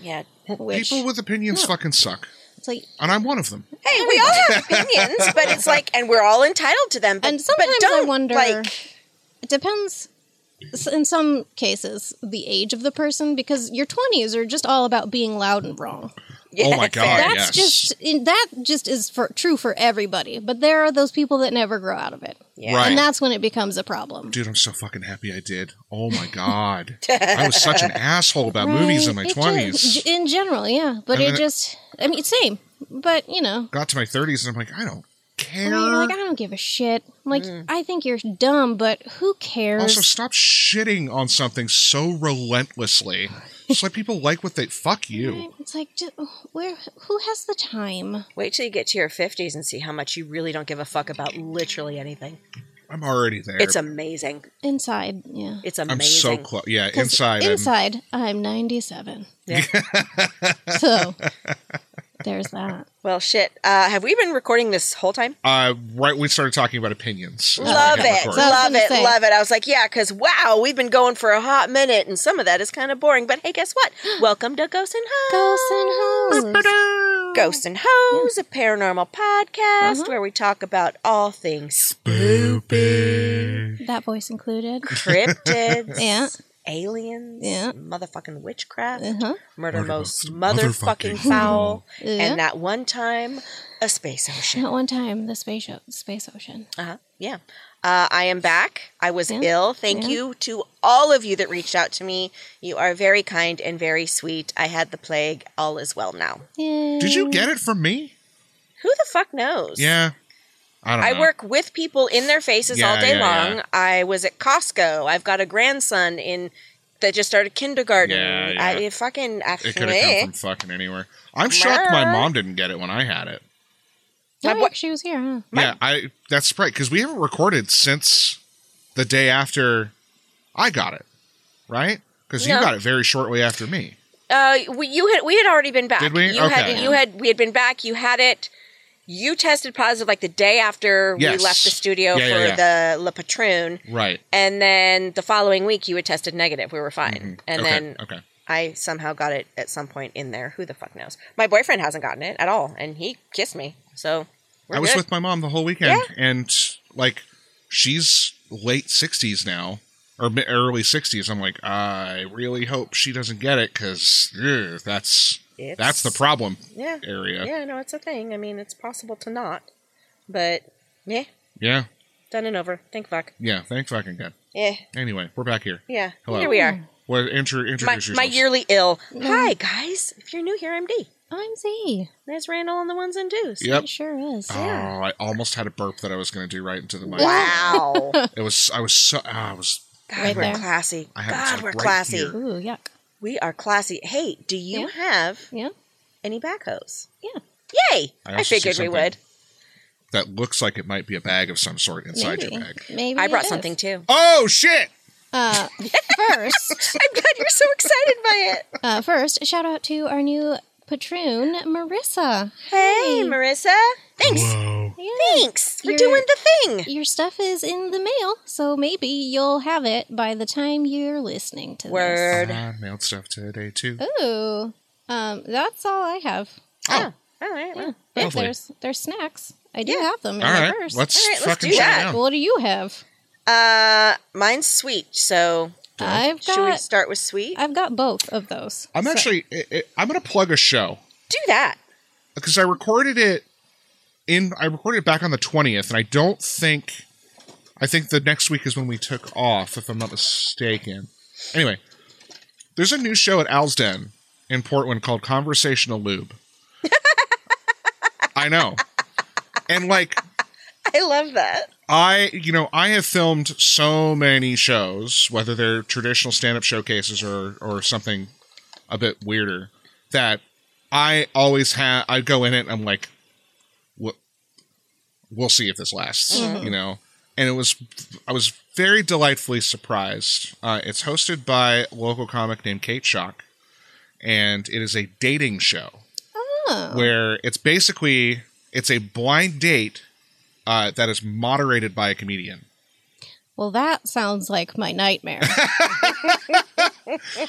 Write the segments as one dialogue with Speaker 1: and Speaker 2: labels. Speaker 1: Yeah, which
Speaker 2: People with opinions fucking suck,
Speaker 1: it's like
Speaker 2: and I'm one of them.
Speaker 3: Hey, we all have opinions, but it's like, and we're all entitled to them. But,
Speaker 1: and sometimes
Speaker 3: but
Speaker 1: I
Speaker 3: don't,
Speaker 1: wonder. Oh
Speaker 3: like,
Speaker 1: it depends. s- In some cases, the age of the person, because your twenties are just all about being loud and wrong.
Speaker 3: yeah,
Speaker 2: Oh my God,
Speaker 1: That's
Speaker 2: yes.
Speaker 1: just in, that just is for, true for everybody. But there are those people that never grow out of it,
Speaker 3: Yeah.
Speaker 2: Right.
Speaker 1: and that's when it becomes a problem.
Speaker 2: Dude, I'm so fucking happy I did. Oh my god, I was such an asshole about movies in my
Speaker 1: It ju-
Speaker 2: twenties.
Speaker 1: g- in general, yeah, but
Speaker 2: And
Speaker 1: it
Speaker 2: then-
Speaker 1: just I mean, same. But you know,
Speaker 2: Got to my thirties and I'm like, I don't care.
Speaker 1: Right, you're like, I don't give a shit. I'm like, I think you're dumb, but who cares?
Speaker 2: Mm. Also, stop shitting on something so relentlessly. Just let people like what they fuck you.
Speaker 1: Right? It's like, ju- where? Who has the time?
Speaker 3: Wait till you get to your 50s and see how much you really don't give a fuck about literally anything.
Speaker 2: I'm already there.
Speaker 3: It's amazing.
Speaker 1: Inside, yeah.
Speaker 3: It's
Speaker 2: I'm
Speaker 3: amazing.
Speaker 2: so close. Yeah,
Speaker 1: 'Cause
Speaker 2: inside. I'm-
Speaker 1: inside, I'm 97.
Speaker 3: Yeah.
Speaker 1: So there's that.
Speaker 3: Well, shit. Uh, have we been recording this whole time?
Speaker 2: uh, right, we started talking about opinions. is when I
Speaker 3: Love
Speaker 2: hit
Speaker 3: it.
Speaker 2: record.
Speaker 1: So- I was
Speaker 3: Love
Speaker 1: gonna
Speaker 3: it.
Speaker 1: say.
Speaker 3: Love it. I was like, yeah, because wow, we've been going for a hot minute and some of that is kind of boring. But hey, guess what? Welcome to Ghosts and Hoes.
Speaker 1: Ghosts and hoes.
Speaker 3: Ghosts and Hoes, a paranormal podcast
Speaker 1: Uh-huh.
Speaker 3: where we talk about all things
Speaker 2: Spoopy.
Speaker 1: That voice included.
Speaker 3: cryptids,
Speaker 1: Yeah.
Speaker 3: aliens,
Speaker 1: Yeah.
Speaker 3: motherfucking witchcraft,
Speaker 1: Uh-huh.
Speaker 3: murder
Speaker 2: Murder
Speaker 3: most
Speaker 2: most
Speaker 3: motherfucking
Speaker 2: motherfucking
Speaker 3: foul,
Speaker 1: Yeah.
Speaker 3: and that one time, a space ocean.
Speaker 1: Not one time, the space, o- space ocean.
Speaker 3: Uh-huh. Yeah. Uh, I am back. I was
Speaker 1: Yeah.
Speaker 3: ill. Thank
Speaker 1: Yeah.
Speaker 3: you to all of you that reached out to me. You are very kind and very sweet. I had the plague. All is well now.
Speaker 1: Yay.
Speaker 2: Did you get it from me?
Speaker 3: Who the fuck knows?
Speaker 2: Yeah. I don't
Speaker 3: I
Speaker 2: know.
Speaker 3: work with people in their faces
Speaker 2: Uh-huh. Yeah,
Speaker 3: all day
Speaker 2: yeah,
Speaker 3: long.
Speaker 2: yeah.
Speaker 3: I was at Costco. I've got a grandson in that just started kindergarten.
Speaker 2: Yeah, yeah.
Speaker 3: I it fucking after
Speaker 2: It could have come from fucking anywhere. I'm shocked my mom didn't get it when I had it.
Speaker 1: Oh,
Speaker 3: My-
Speaker 1: yeah, she was here, huh?
Speaker 2: yeah, I that's right because we haven't recorded since the day after I got it, right? Because
Speaker 3: No.
Speaker 2: you got it very shortly after me.
Speaker 3: Uh, we, you had we had already been back.
Speaker 2: Did we?
Speaker 3: You had
Speaker 2: Okay.
Speaker 3: you had we had been back. You had it. You tested positive like the day after
Speaker 2: Yes.
Speaker 3: we left the studio
Speaker 2: Yeah,
Speaker 3: for
Speaker 2: yeah,
Speaker 3: the La Patrone,
Speaker 2: Right.
Speaker 3: and then the following week you had tested negative. We were fine, and
Speaker 2: Mm-hmm. okay.
Speaker 3: then
Speaker 2: okay.
Speaker 3: I somehow got it at some point in there. Who the fuck knows? My boyfriend hasn't gotten it at all, and he kissed me. So we're
Speaker 2: I was
Speaker 3: good.
Speaker 2: with my mom the whole weekend, and like she's late sixties now or mi- early sixties. I'm like, I really hope she doesn't get it because that's
Speaker 3: It's-
Speaker 2: that's the problem
Speaker 3: yeah,
Speaker 2: area. Yeah.
Speaker 3: yeah. No, it's a thing. I mean, it's possible to not, but yeah,
Speaker 2: yeah,
Speaker 3: done and over. Thank fuck.
Speaker 2: Thank fucking god.
Speaker 3: Yeah,
Speaker 2: Anyway, we're back here.
Speaker 3: yeah.
Speaker 2: Hello.
Speaker 3: Here we are.
Speaker 2: Well, intro,
Speaker 3: my,
Speaker 2: introduce
Speaker 3: my
Speaker 2: yourselves.
Speaker 3: yearly ill.
Speaker 1: Mm-hmm.
Speaker 3: Hi guys, if you're new here, I'm D.
Speaker 1: I'm Z.
Speaker 3: There's Randall on the ones and twos.
Speaker 2: Yep.
Speaker 1: It sure is.
Speaker 2: Oh, I almost had a burp that I was going to do right into the mic.
Speaker 3: Wow. God,
Speaker 2: It was. I was so. ah, I was.
Speaker 1: Right
Speaker 3: we're
Speaker 1: there.
Speaker 3: classy.
Speaker 2: I have it,
Speaker 3: God,
Speaker 2: like,
Speaker 3: we're
Speaker 2: right
Speaker 3: classy.
Speaker 2: here.
Speaker 1: Ooh, yuck.
Speaker 3: We are classy. Hey, do you
Speaker 1: Yeah.
Speaker 3: have
Speaker 1: Yeah.
Speaker 3: any backhoes?
Speaker 1: Yeah.
Speaker 3: Yay! I,
Speaker 2: I also see
Speaker 3: figured we
Speaker 2: something
Speaker 3: would.
Speaker 2: That looks like it might be a bag of some sort inside
Speaker 1: Maybe.
Speaker 2: your bag.
Speaker 1: Maybe
Speaker 3: I
Speaker 1: it
Speaker 3: brought
Speaker 1: is.
Speaker 3: something too.
Speaker 2: Oh shit!
Speaker 1: Uh, first,
Speaker 3: I'm glad you're so excited by it.
Speaker 1: uh, first, shout out to our new patroon, Marissa.
Speaker 3: Hey, Marissa. Thanks.
Speaker 2: Whoa.
Speaker 3: Thanks for
Speaker 1: You're-
Speaker 3: doing the thing.
Speaker 1: Your stuff is in the mail, so maybe you'll have it by the time you're listening to
Speaker 3: Word.
Speaker 2: I mailed stuff today too.
Speaker 1: this. Ooh, um, that's all I have.
Speaker 2: Oh,
Speaker 3: All right.
Speaker 1: Yeah.
Speaker 3: Well,
Speaker 1: If
Speaker 2: Lovely.
Speaker 1: there's there's snacks, I do
Speaker 3: Yeah.
Speaker 1: have them in
Speaker 2: all
Speaker 1: my
Speaker 2: right.
Speaker 1: purse.
Speaker 2: Let's
Speaker 3: All right, let's
Speaker 2: fucking
Speaker 3: do
Speaker 2: shut
Speaker 3: that.
Speaker 2: down.
Speaker 1: What do you have?
Speaker 3: Uh, mine's sweet. So
Speaker 1: I've
Speaker 3: should we
Speaker 1: got
Speaker 3: start with sweet?
Speaker 1: I've got both of those.
Speaker 2: I'm
Speaker 1: So-
Speaker 2: actually. i i I'm going to plug a show
Speaker 3: Do that.
Speaker 2: because I recorded it in. I recorded it back on the twentieth, and I don't think. I think the next week is when we took off, if I'm not mistaken. Anyway, there's a new show at Al's Den in Portland called Conversational Lube. I know. And like
Speaker 3: I love that.
Speaker 2: I, you know, I have filmed so many shows, whether they're traditional stand-up showcases or or something a bit weirder, that I always have. I go in it. and I'm like, we'll, we'll see if this lasts, you know. And it was, I was very delightfully surprised. Uh, it's hosted by a local comic named Kate Shock, and it is a dating show
Speaker 1: Oh,
Speaker 2: where it's basically it's a blind date uh, that is moderated by a comedian.
Speaker 1: Well, that sounds like my nightmare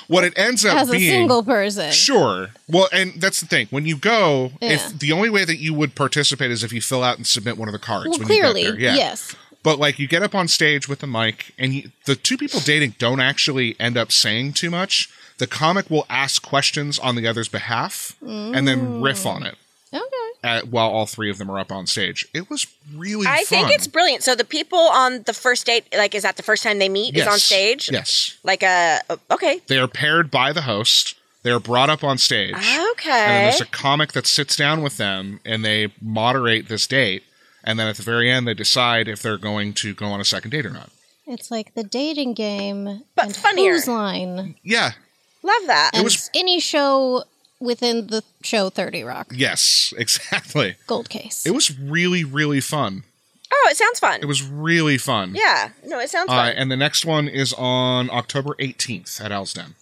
Speaker 2: What it ends up
Speaker 1: as a
Speaker 2: being
Speaker 1: single person.
Speaker 2: Sure. Well, and that's the thing. When you go,
Speaker 1: Yeah.
Speaker 2: if the only way that you would participate is if you fill out and submit one of the cards.
Speaker 1: Well,
Speaker 2: when
Speaker 1: clearly,
Speaker 2: you get there. Yeah.
Speaker 1: yes.
Speaker 2: But like, you get up on stage with the mic, and you, the two people dating don't actually end up saying too much. The comic will ask questions on the other's behalf and then riff on it
Speaker 1: Okay.
Speaker 2: uh while all three of them are up on stage. It was really.
Speaker 3: I
Speaker 2: fun.
Speaker 3: think it's brilliant. So the people on the first date, like, is that the first time they meet? Is on
Speaker 2: Yes.
Speaker 3: stage?
Speaker 2: Yes,
Speaker 3: Like a okay,
Speaker 2: they are paired by the host. They are brought up on stage.
Speaker 3: Ah.
Speaker 2: And then
Speaker 3: okay.
Speaker 2: there's a comic that sits down with them and they moderate this date. And then at the very end, they decide if they're going to go on a second date or not.
Speaker 1: It's like the dating game,
Speaker 3: But
Speaker 1: and
Speaker 3: funnier.
Speaker 1: Whose Line,
Speaker 2: Yeah.
Speaker 3: Love that.
Speaker 1: and
Speaker 2: was-
Speaker 1: any show within the show Thirty Rock.
Speaker 2: Yes. Exactly.
Speaker 1: Gold Case.
Speaker 2: It was really, really fun.
Speaker 3: oh, it sounds fun.
Speaker 2: It was really fun.
Speaker 3: yeah. No, it sounds
Speaker 2: Uh,
Speaker 3: fun.
Speaker 2: and the next one is on October 18th at Owl's Den.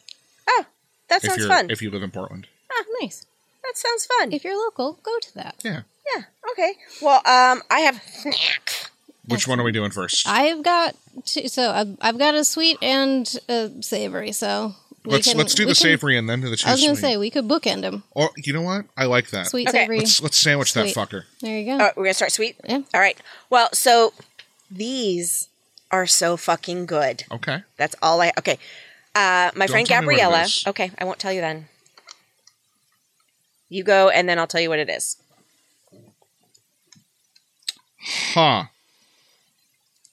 Speaker 3: oh, that
Speaker 2: If
Speaker 3: sounds
Speaker 2: you're
Speaker 3: fun.
Speaker 2: if you live in Portland.
Speaker 1: Ah, nice.
Speaker 3: that sounds fun.
Speaker 1: If you're local, go to that.
Speaker 2: Yeah.
Speaker 3: yeah. Okay. Well, um, I have snack.
Speaker 2: Which one are we doing first?
Speaker 1: I've got two, so I've, I've got a sweet and a savory. So we
Speaker 2: let's
Speaker 1: can-
Speaker 2: let's do
Speaker 1: we
Speaker 2: the
Speaker 1: can-
Speaker 2: savory and then to the two
Speaker 1: I was gonna
Speaker 2: sweet.
Speaker 1: say we could bookend them.
Speaker 2: or you know what? I like that.
Speaker 1: Sweet
Speaker 3: Okay.
Speaker 1: savory.
Speaker 2: Let's let's sandwich
Speaker 1: Sweet.
Speaker 2: that fucker.
Speaker 1: There you go.
Speaker 3: Oh, we're gonna start sweet.
Speaker 1: Yeah.
Speaker 3: All right. Well, so these are so fucking good.
Speaker 2: Okay.
Speaker 3: That's all I. Okay. Uh, my friend
Speaker 2: tell me what it
Speaker 3: Gabriella.
Speaker 2: is.
Speaker 3: Okay, I won't tell you then. You go, and then I'll tell you what it is.
Speaker 2: Huh.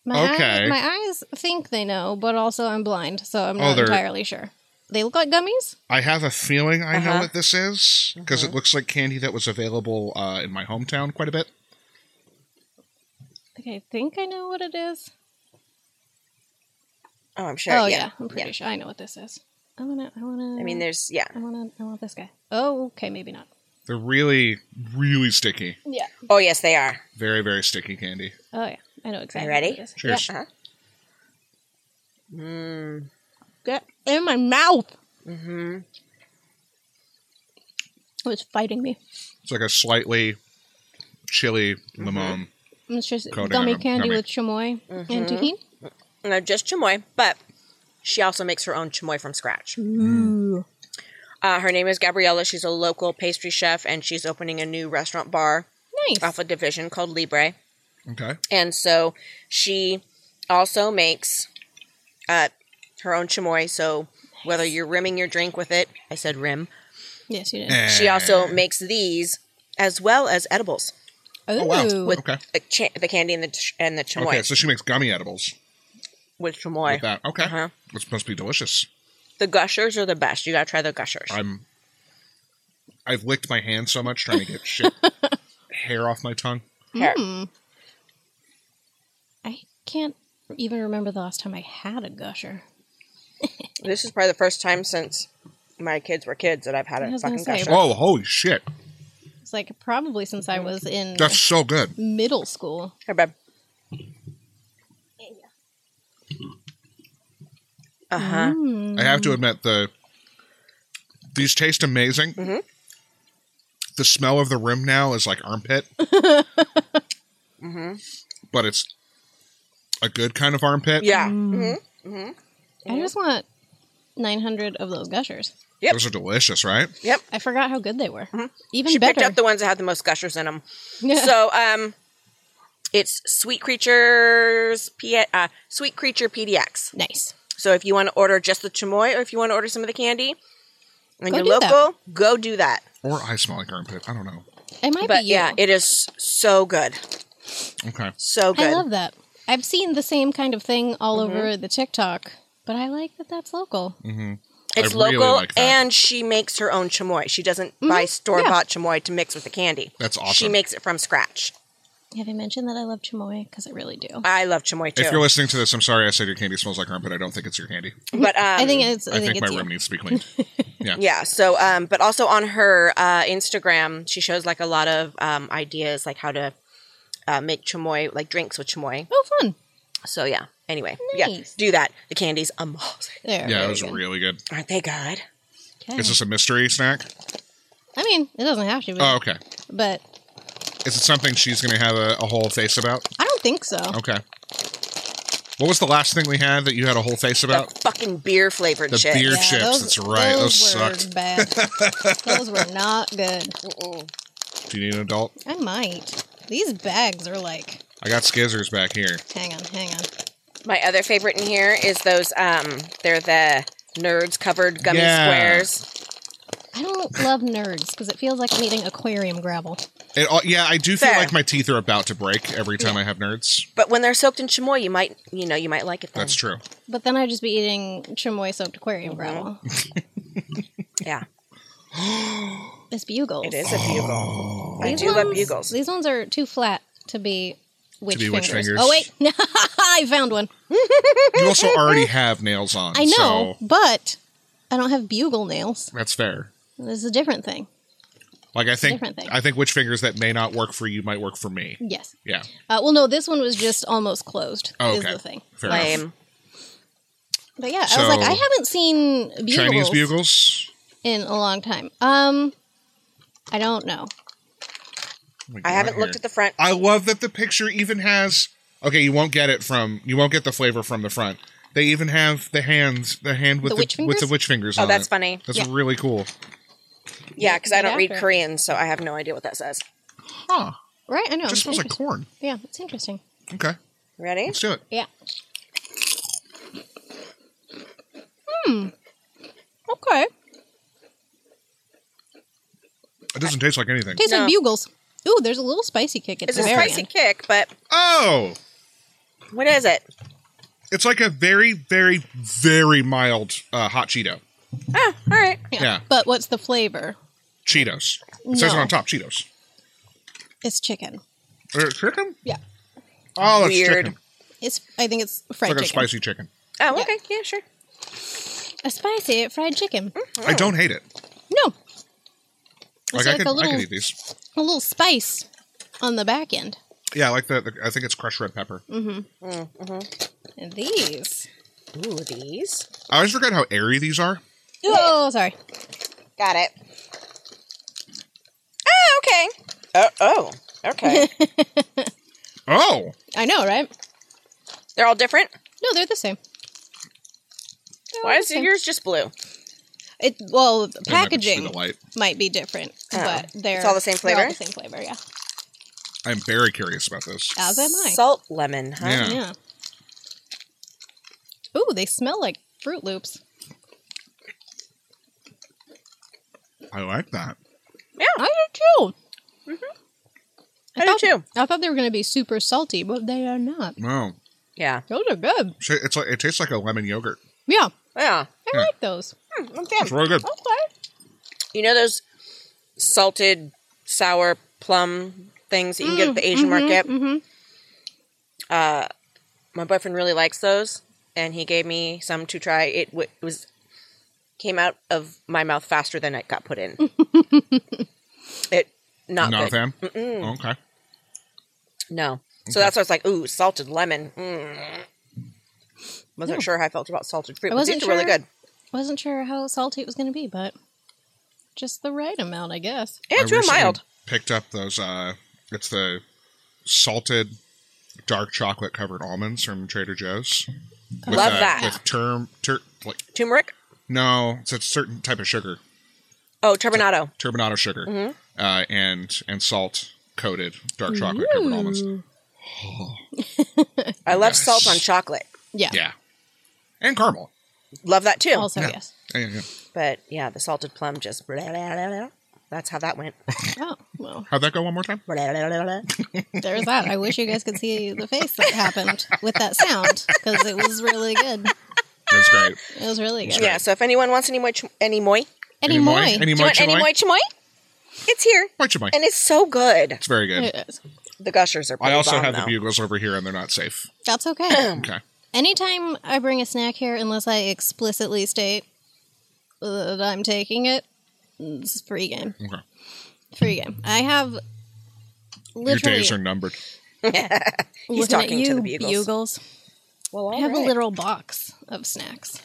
Speaker 1: my
Speaker 2: okay.
Speaker 1: Eye, my eyes think they know, but also I'm blind, so I'm
Speaker 2: Oh,
Speaker 1: not
Speaker 2: they're-
Speaker 1: entirely sure. They look like gummies.
Speaker 2: I have a feeling I know
Speaker 3: Uh-huh.
Speaker 2: what this is because it looks like candy that was available uh, in my hometown quite a bit.
Speaker 1: Okay, I think I know what it is.
Speaker 3: Oh, I'm sure.
Speaker 1: oh yeah,
Speaker 3: yeah.
Speaker 1: I'm pretty sure I know what this is. I wanna, I wanna.
Speaker 3: I mean, there's yeah.
Speaker 1: I wanna, I want this guy. Oh, okay, maybe not.
Speaker 2: They're really, really sticky.
Speaker 1: Yeah.
Speaker 3: Oh yes, they are.
Speaker 2: Very, very sticky candy.
Speaker 1: Oh yeah, I know exactly.
Speaker 3: ready?
Speaker 1: What it is.
Speaker 2: Cheers.
Speaker 1: Yeah.
Speaker 3: Uh-huh. Mm,
Speaker 1: Get in my mouth.
Speaker 3: mm-hmm.
Speaker 1: It was Oh, fighting me.
Speaker 2: It's like a slightly chili
Speaker 3: Mm-hmm.
Speaker 2: limon.
Speaker 1: It's just
Speaker 2: Coating
Speaker 1: gummy
Speaker 2: on 'em,
Speaker 1: candy
Speaker 2: gummy.
Speaker 1: with chamoy and
Speaker 3: Mm-hmm.
Speaker 1: tahini.
Speaker 3: No, Uh, just chamoy, but she also makes her own chamoy from scratch.
Speaker 1: Ooh.
Speaker 3: Uh, her name is Gabriella. She's a local pastry chef, and she's opening a new restaurant bar
Speaker 1: Nice.
Speaker 3: off a division called Libre.
Speaker 2: Okay.
Speaker 3: And so she also makes uh, her own chamoy. So whether you're rimming your drink with it, I said rim.
Speaker 1: Yes, you did.
Speaker 2: Eh.
Speaker 3: She also makes these as well as edibles,
Speaker 2: Oh, wow.
Speaker 1: Ooh.
Speaker 3: with-
Speaker 2: okay.
Speaker 3: the, cha- the candy and the ch- and the chamoy
Speaker 2: Okay, so she makes gummy edibles
Speaker 3: with chamoy.
Speaker 2: with that. Okay.
Speaker 3: Uh-huh.
Speaker 2: This must be delicious.
Speaker 3: The gushers are the best. You gotta try the gushers.
Speaker 2: I'm. I've licked my hand so much trying to get shit hair off my tongue.
Speaker 3: Here.
Speaker 1: Mm. I can't even remember the last time I had a gusher.
Speaker 3: This is probably the first time since my kids were kids that I've had
Speaker 1: I
Speaker 3: a
Speaker 1: was gonna
Speaker 3: fucking
Speaker 1: say,
Speaker 3: gusher.
Speaker 2: Oh, holy shit!
Speaker 1: It's like probably since I was in
Speaker 2: That's so good.
Speaker 1: middle school.
Speaker 3: Here, babe. Uh huh.
Speaker 1: Mm.
Speaker 2: I have to admit the these taste amazing.
Speaker 1: Mm-hmm.
Speaker 3: Mhm.
Speaker 2: The smell of the rim now is like armpit,
Speaker 1: Hmm.
Speaker 3: Mm-hmm.
Speaker 2: but it's a good kind of armpit.
Speaker 3: Yeah.
Speaker 1: Mm.
Speaker 3: Mm-hmm. Mm-hmm.
Speaker 1: I just want 900 of those gushers.
Speaker 3: Yep.
Speaker 2: Those are delicious, right?
Speaker 3: Yep.
Speaker 1: I forgot how good they were. Even
Speaker 3: Mm-hmm. She
Speaker 1: better.
Speaker 3: picked up the ones that had the most gushers in them.
Speaker 1: Yeah.
Speaker 3: So, um, it's Sweet Creatures, P- uh, Sweet Creature PDX.
Speaker 1: nice.
Speaker 3: So, if you want to order just the chamoy, or if you want to order some of the candy, and
Speaker 1: Go
Speaker 3: you're
Speaker 1: do that.
Speaker 3: local, go do that.
Speaker 2: Or I smell like armpit. I don't know.
Speaker 1: It might
Speaker 3: But
Speaker 1: be you.
Speaker 3: yeah, it is so good,
Speaker 2: Okay.
Speaker 3: so good.
Speaker 1: I love that. I've seen the same kind of thing all over the TikTok, but I like that that's local.
Speaker 3: It's
Speaker 2: I really
Speaker 3: local,
Speaker 2: like that.
Speaker 3: and she makes her own chamoy. She doesn't
Speaker 1: Mm-hmm.
Speaker 3: buy store bought chamoy to mix with the candy.
Speaker 2: That's
Speaker 3: She
Speaker 2: awesome.
Speaker 3: makes it from scratch.
Speaker 1: Have I mentioned that I love chamoy? Because I really do.
Speaker 3: I love chamoy
Speaker 2: If you're
Speaker 3: too.
Speaker 2: listening to this, I'm sorry I said your candy smells like armpit. I don't think it's your candy.
Speaker 3: But um,
Speaker 1: I think it's. I,
Speaker 2: I, think, my
Speaker 1: it's
Speaker 2: room
Speaker 1: you.
Speaker 2: needs to be cleaned.
Speaker 3: yeah. So, um, but also on her uh, Instagram, she shows like a lot of um, ideas, like how to uh, make chamoy, like drinks with chamoy.
Speaker 1: Oh, fun.
Speaker 3: So yeah. Anyway, yeah,
Speaker 1: Nice.
Speaker 3: do that. The candy's amazing.
Speaker 1: There.
Speaker 2: yeah,
Speaker 1: there
Speaker 2: it was
Speaker 1: you go. Mm-hmm.
Speaker 2: really good.
Speaker 3: Aren't they good?
Speaker 1: Okay.
Speaker 2: Is this a mystery snack?
Speaker 1: I mean, it doesn't have to be,
Speaker 2: Oh, okay.
Speaker 1: but
Speaker 2: Is it something she's going to have a, a whole face about?
Speaker 1: I don't think so.
Speaker 2: Okay. What was the last thing we had that you had a whole face
Speaker 3: The
Speaker 2: about?
Speaker 3: fucking beer flavored
Speaker 2: The
Speaker 3: shit.
Speaker 2: beer
Speaker 1: Yeah,
Speaker 2: chips.
Speaker 1: those-
Speaker 2: that's right. Those, sucked.
Speaker 1: were bad. those were not good.
Speaker 3: Mm-mm.
Speaker 2: Do you need an adult?
Speaker 1: I might. These bags are like,
Speaker 2: I got skizzers back here.
Speaker 1: hang on, hang on.
Speaker 3: My other favorite in here is those. Um, they're the nerds covered gummy
Speaker 2: Yeah.
Speaker 3: squares.
Speaker 1: I don't love nerds because it feels like I'm eating aquarium gravel.
Speaker 2: It all, yeah, I do feel
Speaker 3: Fair.
Speaker 2: like my teeth are about to break every time I have nerds.
Speaker 3: But when they're soaked in chamoy, you might, you know, you might like it. Then.
Speaker 2: That's true.
Speaker 1: But then I'd just be eating chamoy soaked aquarium gravel.
Speaker 3: Yeah,
Speaker 1: It's bugles.
Speaker 3: it is a
Speaker 2: Oh.
Speaker 3: bugle. I do
Speaker 1: ones,
Speaker 3: love bugles.
Speaker 1: These ones are too flat to be witch,
Speaker 2: be witch
Speaker 1: fingers.
Speaker 2: fingers.
Speaker 1: Oh wait, I found one.
Speaker 2: You also already have nails on.
Speaker 1: I know,
Speaker 2: So
Speaker 1: but I don't have bugle nails.
Speaker 2: that's fair.
Speaker 1: This is a different thing.
Speaker 2: Like I think,
Speaker 1: Different thing.
Speaker 2: I think which fingers that may not work for you might work for me.
Speaker 1: Yes.
Speaker 2: Yeah.
Speaker 1: Uh, well, no, this one was just almost closed.
Speaker 2: Oh,
Speaker 1: Is
Speaker 2: okay.
Speaker 1: the thing.
Speaker 2: Fair enough.
Speaker 3: Lame.
Speaker 1: But yeah, I
Speaker 2: So-
Speaker 1: was like, I haven't seen bugles
Speaker 2: Chinese bugles.
Speaker 1: in a long time. Um, I don't know.
Speaker 2: What we
Speaker 3: I
Speaker 2: got
Speaker 3: haven't
Speaker 2: Oh here?
Speaker 3: looked at the front.
Speaker 2: I love that the picture even has. Okay, you won't get it from. You won't get the flavor from the front. They even have the hands, the hand with
Speaker 1: The
Speaker 2: the,
Speaker 1: witch
Speaker 2: with the
Speaker 1: fingers?
Speaker 2: witch fingers.
Speaker 3: Oh,
Speaker 2: on
Speaker 3: that's
Speaker 2: it.
Speaker 3: funny.
Speaker 2: That's
Speaker 1: Yeah.
Speaker 2: really cool.
Speaker 3: Yeah, because I
Speaker 1: Good
Speaker 3: don't read
Speaker 1: actor.
Speaker 3: Korean, so I have no idea what that says.
Speaker 2: Huh?
Speaker 1: Right? I know.
Speaker 2: Just
Speaker 1: it's
Speaker 2: smells
Speaker 1: Oh,
Speaker 2: like
Speaker 1: interesting.
Speaker 2: corn.
Speaker 1: yeah, it's interesting.
Speaker 2: Okay,
Speaker 3: Ready?
Speaker 2: let's do it.
Speaker 1: Yeah. Hmm. Okay.
Speaker 2: It doesn't taste like anything.
Speaker 1: Tastes
Speaker 3: No.
Speaker 1: like bugles. Ooh, there's a little spicy kick at
Speaker 3: It's
Speaker 1: the
Speaker 3: a
Speaker 1: very
Speaker 3: spicy
Speaker 1: end.
Speaker 3: kick, but
Speaker 2: Oh,
Speaker 3: what is it?
Speaker 2: it's like a very, very, very mild uh, hot Cheeto.
Speaker 3: Oh, all right.
Speaker 2: Yeah.
Speaker 1: But what's the flavor?
Speaker 2: Cheetos. It says it
Speaker 1: No.
Speaker 2: on top. Cheetos.
Speaker 1: It's chicken.
Speaker 2: Is it chicken?
Speaker 1: Yeah.
Speaker 2: Oh, it's
Speaker 3: Weird.
Speaker 2: chicken.
Speaker 1: It's. I think it's
Speaker 2: It's
Speaker 1: fried
Speaker 2: like a
Speaker 1: chicken.
Speaker 2: spicy chicken.
Speaker 3: Oh,
Speaker 1: Yeah.
Speaker 3: okay. Yeah, sure.
Speaker 1: A spicy fried chicken.
Speaker 2: I don't hate it.
Speaker 1: Mm-hmm. No. It's
Speaker 2: Like,
Speaker 1: Oh. like,
Speaker 2: I could,
Speaker 1: a
Speaker 2: I
Speaker 1: little,
Speaker 2: could eat these.
Speaker 1: a little spice on the back end.
Speaker 2: Yeah, I like the, the. I think it's crushed red pepper.
Speaker 1: And these.
Speaker 3: Ooh, these.
Speaker 2: I always forget how airy these are.
Speaker 1: Oh, sorry.
Speaker 3: Got it. Oh, okay.
Speaker 2: Uh,
Speaker 3: Oh, oh, okay.
Speaker 2: Oh,
Speaker 1: I know, right?
Speaker 3: They're all different.
Speaker 1: No, they're the same. They're
Speaker 3: Why
Speaker 1: all
Speaker 3: is
Speaker 1: the same.
Speaker 3: yours just blue?
Speaker 1: It well, the
Speaker 2: It might be just through
Speaker 1: packaging
Speaker 2: the light.
Speaker 1: might be different,
Speaker 3: Oh.
Speaker 1: but they're
Speaker 3: It's all the same
Speaker 1: they're all
Speaker 3: flavor?
Speaker 1: the same flavor, yeah.
Speaker 2: I'm very curious about this.
Speaker 1: As am I.
Speaker 3: Salt lemon, huh?
Speaker 2: Yeah.
Speaker 1: Yeah. Ooh, they smell like Fruit Loops.
Speaker 2: I like that.
Speaker 1: I do too.
Speaker 3: I do
Speaker 1: thought-
Speaker 3: too.
Speaker 1: Mm-hmm. I thought they were going to be super salty, but they are not.
Speaker 2: Wow,
Speaker 3: Yeah.
Speaker 1: Those are good.
Speaker 2: Sh- it's like it tastes like a lemon yogurt.
Speaker 1: Yeah,
Speaker 3: Yeah.
Speaker 1: I
Speaker 2: Yeah.
Speaker 1: like those.
Speaker 3: Hmm,
Speaker 2: It's
Speaker 3: okay.
Speaker 2: really good.
Speaker 1: Okay.
Speaker 3: You know those salted sour plum
Speaker 1: Mm,
Speaker 3: things that you can get at the Asian market?
Speaker 1: hmm
Speaker 3: Uh, my boyfriend really likes those, and he gave me some to try. It, w- it was came out of my mouth faster than it got put in. it not,
Speaker 2: Not
Speaker 3: good.
Speaker 2: a fan.
Speaker 1: Hmm.
Speaker 2: Okay.
Speaker 3: No. So that's why I was like, ooh, salted lemon. Mm. Wasn't sure how I felt about salted
Speaker 1: I
Speaker 3: fruit, but
Speaker 1: wasn't
Speaker 3: these are really
Speaker 1: sure.
Speaker 3: good.
Speaker 1: Wasn't sure how salty it was going to be, but just the right amount, I guess.
Speaker 3: And it's
Speaker 2: I
Speaker 3: real
Speaker 2: recently
Speaker 3: mild.
Speaker 2: Picked up those. uh It's the salted dark chocolate covered almonds from Trader Joe's. With,
Speaker 3: Love
Speaker 2: uh,
Speaker 3: that.
Speaker 2: With term, ter, like
Speaker 3: Turmeric?
Speaker 2: no, it's a certain type of sugar,
Speaker 3: Oh, turbinado.
Speaker 2: turbinado sugar,
Speaker 3: Mm-hmm.
Speaker 2: uh, and and salt coated dark chocolate covered almonds.
Speaker 3: I love
Speaker 2: Yes.
Speaker 3: salt on chocolate.
Speaker 1: Yeah.
Speaker 2: Yeah, and caramel.
Speaker 3: Love that too.
Speaker 1: Also, yes.
Speaker 2: Yeah, yeah, yeah.
Speaker 3: But yeah, the salted plum just. blah, blah, blah, blah. That's how that went.
Speaker 1: Oh, well,
Speaker 2: How'd that go one more time?
Speaker 3: Blah, blah, blah, blah.
Speaker 1: there's that. I wish you guys could see the face that happened with that sound because it was really good.
Speaker 2: That's great.
Speaker 3: Ah,
Speaker 1: It was really good.
Speaker 3: yeah, so if anyone wants any moi, ch- any moi, do
Speaker 1: Any more?
Speaker 2: Any
Speaker 3: you
Speaker 2: more?
Speaker 3: want any moi chamoy? It's here.
Speaker 2: Moi chamoy.
Speaker 3: And it's so good.
Speaker 2: It's very
Speaker 3: Uh,
Speaker 2: good.
Speaker 1: It is.
Speaker 3: The gushers are
Speaker 2: I
Speaker 3: pretty
Speaker 2: also
Speaker 3: bomb,
Speaker 2: have
Speaker 3: though.
Speaker 2: the bugles over here, and they're not safe.
Speaker 1: That's okay.
Speaker 2: Okay.
Speaker 1: Anytime I bring a snack here, unless I explicitly state that I'm taking it, this is free game.
Speaker 2: Okay.
Speaker 1: Free game. I have
Speaker 2: Your
Speaker 1: literally
Speaker 2: days are numbered.
Speaker 1: looking
Speaker 3: talking
Speaker 1: at
Speaker 3: to
Speaker 1: you,
Speaker 3: the bugles. Well,
Speaker 1: I
Speaker 3: all
Speaker 1: have a
Speaker 3: right.
Speaker 1: literal box of snacks.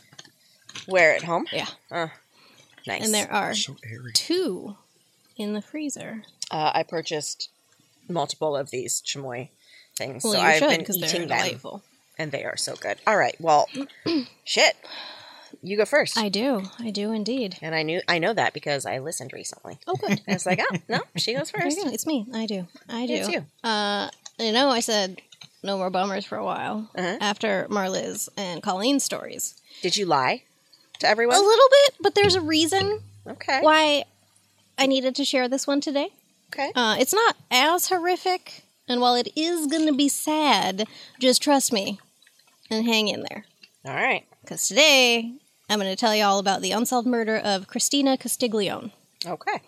Speaker 3: Where at home?
Speaker 1: Yeah,
Speaker 3: Uh, nice.
Speaker 1: and there are
Speaker 2: So airy.
Speaker 1: two in the freezer.
Speaker 3: uh, I purchased multiple of these chamoy things,
Speaker 1: Well,
Speaker 3: so
Speaker 1: you
Speaker 3: I've
Speaker 1: should
Speaker 3: been
Speaker 1: because they're
Speaker 3: eating them.
Speaker 1: delightful.
Speaker 3: and they are so good. All right, well, shit, you go first.
Speaker 1: I do. I do indeed.
Speaker 3: and I knew I know that because I listened recently.
Speaker 1: Oh, good.
Speaker 3: I was like, oh no, she goes
Speaker 1: There
Speaker 3: first.
Speaker 1: you go. It's me. I do. I do.
Speaker 3: It's you.
Speaker 1: Uh, you know, I said no more bummers for a while
Speaker 3: Uh-huh.
Speaker 1: after Marliz and Colleen's stories.
Speaker 3: Did you lie to
Speaker 1: A
Speaker 3: everyone?
Speaker 1: little bit, but there's a reason
Speaker 3: Okay.
Speaker 1: Oh, why I needed to share this one today.
Speaker 3: Okay.
Speaker 1: Uh, it's not as horrific, and while it is going to be sad, just trust me and hang in there.
Speaker 3: All right.
Speaker 1: Because today, I'm going to tell you all about the unsolved murder of Christina Castiglione.
Speaker 3: Okay.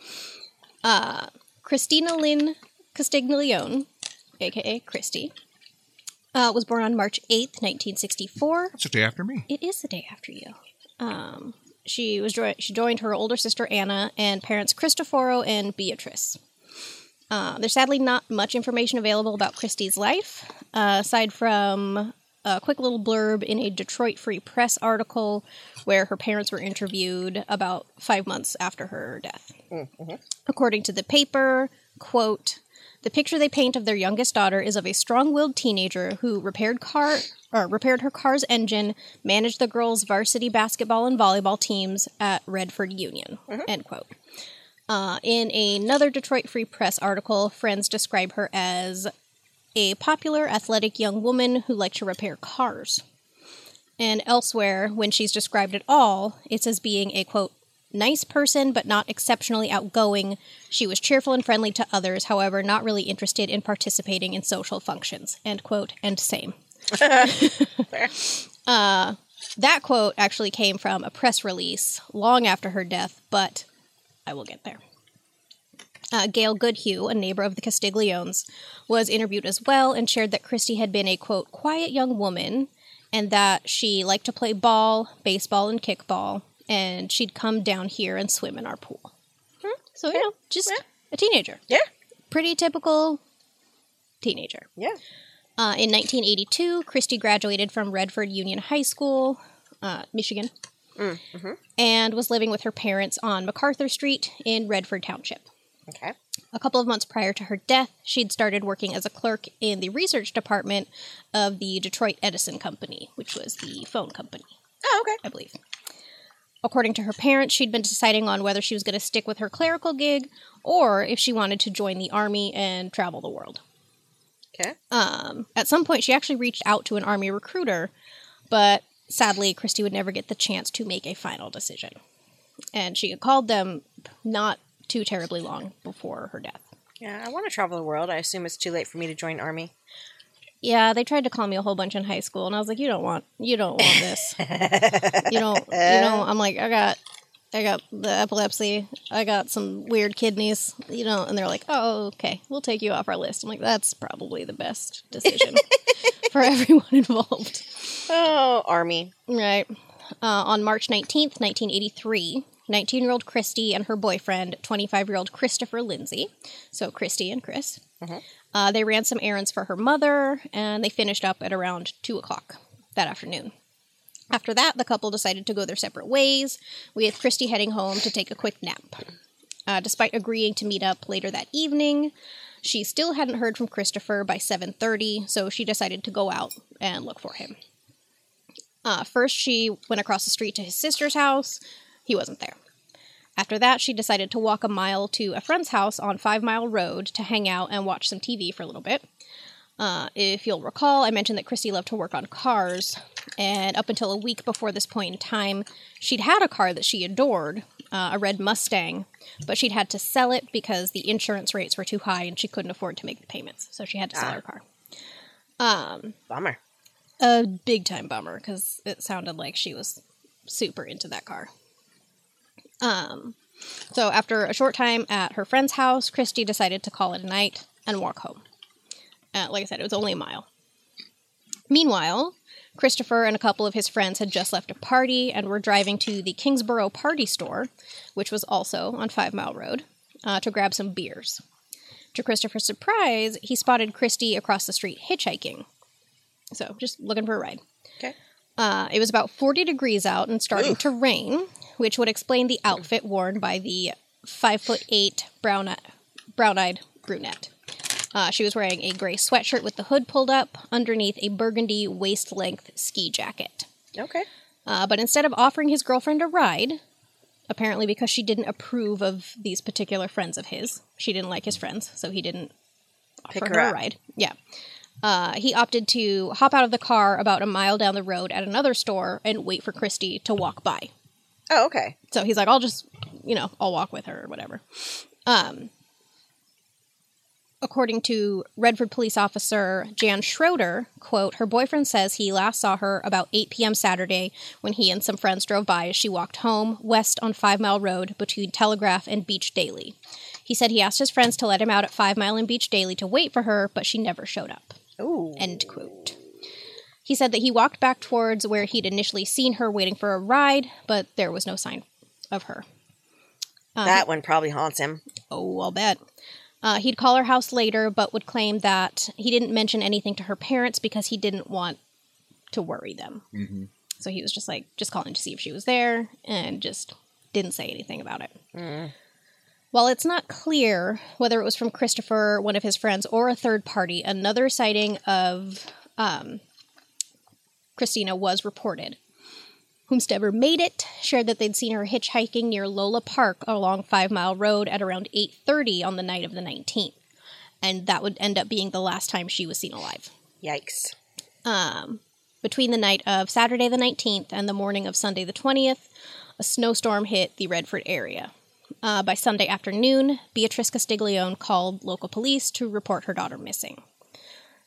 Speaker 1: Christina Lynn Castiglione, aka Christy, uh, was born on March 8th, 1964.
Speaker 2: It's a day after me.
Speaker 1: It is the day after you. Um, she was joi- she joined her older sister Anna and parents Cristoforo and Beatrice. Uh, there's sadly not much information available about Christie's life, uh, aside from a quick little blurb in a Detroit Free Press article where her parents were interviewed about five months after her death. According to the paper, quote, the picture they paint of their youngest daughter is of a strong-willed teenager who repaired car or repaired her car's engine, managed the girls' varsity basketball and volleyball teams at Redford Union. End quote. Uh, in another Detroit Free Press article, friends describe her as a popular, athletic young woman who liked to repair cars. And elsewhere, when she's described at all, it's as being a quote, nice person but not exceptionally outgoing. She was cheerful and friendly to others, however, not really interested in participating in social functions. End quote, and same. Uh,
Speaker 3: Fair.
Speaker 1: That quote actually came from a press release long after her death, but I will get there. Uh, Gail Goodhue, a neighbor of the Castigliones, was interviewed as well and shared that Christie had been a quote quiet young woman and that she liked to play ball, baseball, and kickball, and she'd come down here and swim in our pool. Hmm? So you know, just
Speaker 3: Yeah.
Speaker 1: a teenager,
Speaker 3: Yeah.
Speaker 1: pretty typical teenager.
Speaker 3: Yeah.
Speaker 1: Uh, in 1982, Christie graduated from Redford Union High School, uh, Michigan,
Speaker 3: Mm, mm-hmm.
Speaker 1: and was living with her parents on MacArthur Street in Redford Township.
Speaker 3: Okay.
Speaker 1: A couple of months prior to her death, she'd started working as a clerk in the research department of the Detroit Edison Company, which was the phone company,
Speaker 3: Oh, okay.
Speaker 1: I believe. According to her parents, she'd been deciding on whether she was going to stick with her clerical gig or if she wanted to join the army and travel the world.
Speaker 3: Okay.
Speaker 1: Um, at some point, she actually reached out to an army recruiter, but sadly, Christy would never get the chance to make a final decision. And she had called them not too terribly long before her death.
Speaker 3: Yeah, I want to travel the world. I assume it's too late for me to join army.
Speaker 1: Yeah, they tried to call me a whole bunch in high school, and I was like, "You don't want, you don't want this. you don't, you know." I'm like, "I got, I got the epilepsy. I got some weird kidneys. You know." And they're like, "Oh, okay, we'll take you off our list." I'm like, "That's probably the best decision for everyone involved."
Speaker 3: Oh, army.
Speaker 1: Right. Uh, on March 19th, 1983, 19 year old Christy and her boyfriend, 25 year old Christopher Lindsay, so Christy and Chris, uh, they ran some errands for her mother and they finished up at around 2 o'clock that afternoon. After that, the couple decided to go their separate ways, with Christy heading home to take a quick nap. Uh, despite agreeing to meet up later that evening, she still hadn't heard from Christopher by 7:30, so she decided to go out and look for him. Uh, first, she went across the street to his sister's house. He wasn't there. After that, she decided to walk a mile to a friend's house on Five Mile Road to hang out and watch some TV for a little bit. Uh, if you'll recall, I mentioned that Christy loved to work on cars, and up until a week before this point in time, she'd had a car that she adored, uh, a red Mustang, but she'd had to sell it because the insurance rates were too high and she couldn't afford to make the payments, so she had to sell her car.
Speaker 3: Bummer.
Speaker 1: a big time bummer because it sounded like she was super into that car. Um, so after a short time at her friend's house, Christy decided to call it a night and walk home. Uh, like I said, it was only a mile. Meanwhile, Christopher and a couple of his friends had just left a party and were driving to the Kingsborough Party Store, which was also on Five Mile Road, uh, to grab some beers. To Christopher's surprise, he spotted Christy across the street hitchhiking. So, just looking for a ride.
Speaker 3: Okay.
Speaker 1: Uh, it was about 40 degrees out and starting to rain, which would explain the outfit worn by the five foot eight brown brown eyed brunette. Uh, she was wearing a gray sweatshirt with the hood pulled up underneath a burgundy waist length ski jacket.
Speaker 3: Okay.
Speaker 1: Uh, but instead of offering his girlfriend a ride, apparently because she didn't approve of these particular friends of his, she didn't like his friends, so he didn't offer
Speaker 3: Pick
Speaker 1: her,
Speaker 3: her
Speaker 1: a
Speaker 3: up.
Speaker 1: ride. Yeah. Uh, he opted to hop out of the car about a mile down the road at another store and wait for Christy to walk by.
Speaker 3: Oh, okay.
Speaker 1: So he's like, I'll just, you know, I'll walk with her or whatever. Um, according to Redford police officer Jan Schroeder, quote, her boyfriend says he last saw her about 8 p.m. Saturday when he and some friends drove by as she walked home west on Five Mile Road between Telegraph and Beach Daily. He said he asked his friends to let him out at Five Mile and Beach Daily to wait for her, but she never showed up.
Speaker 3: Ooh.
Speaker 1: End quote. He said that he walked back towards where he'd initially seen her waiting for a ride, but there was no sign of her. Um,
Speaker 3: that one probably haunts him.
Speaker 1: Oh, I'll bet. Uh, he'd call her house later, but would claim that he didn't mention anything to her parents because he didn't want to worry them. Mm-hmm. So he was just like, just calling to see if she was there and just didn't say anything about it. While it's not clear whether it was from Christopher, one of his friends, or a third party, another sighting of um, Christina was reported. Whomstever made it shared that they'd seen her hitchhiking near Lola Park along Five Mile Road at around 8:30 on the night of the 19th, and that would end up being the last time she was seen alive.
Speaker 3: Yikes.
Speaker 1: Between the night of Saturday the 19th and the morning of Sunday the 20th, a snowstorm hit the Redford area. Uh, by Sunday afternoon, Beatrice Castiglione called local police to report her daughter missing.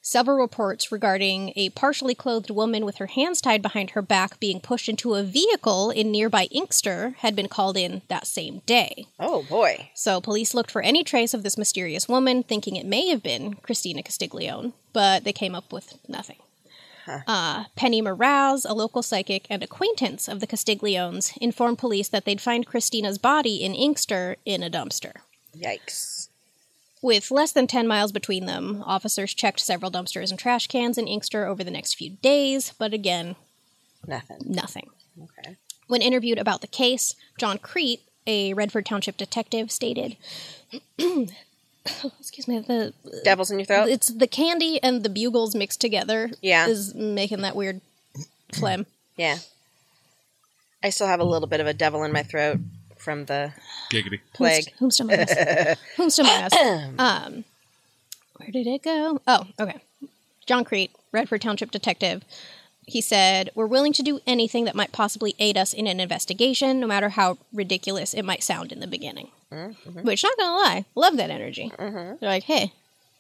Speaker 1: Several reports regarding a partially clothed woman with her hands tied behind her back being pushed into a vehicle in nearby Inkster had been called in that same day.
Speaker 3: Oh boy.
Speaker 1: So police looked for any trace of this mysterious woman, thinking it may have been Christina Castiglione, but they came up with nothing. Uh, Penny Moraz, a local psychic and acquaintance of the Castigliones, informed police that they'd find Christina's body in Inkster in a dumpster.
Speaker 3: Yikes.
Speaker 1: With less than 10 miles between them, officers checked several dumpsters and trash cans in Inkster over the next few days, but again,
Speaker 3: Nothing.
Speaker 1: nothing.
Speaker 3: Okay.
Speaker 1: When interviewed about the case, John Crete, a Redford Township detective, stated, "Excuse me, the
Speaker 3: Devil's in your throat.
Speaker 1: it's the candy and the bugles mixed together.
Speaker 3: Oh. Yeah.
Speaker 1: is making that weird phlegm.
Speaker 3: yeah. I still have a little bit of a devil in my throat from the
Speaker 2: Giggity.
Speaker 3: plague.
Speaker 1: Whom's to my ass? Whom's to my ass? Um, where did it go? Oh, okay. John Crete, Redford Township detective. He said, "We're willing to do anything that might possibly aid us in an investigation, no matter how ridiculous it might sound in the beginning." Which, not gonna lie, love that energy. They're like, "Hey,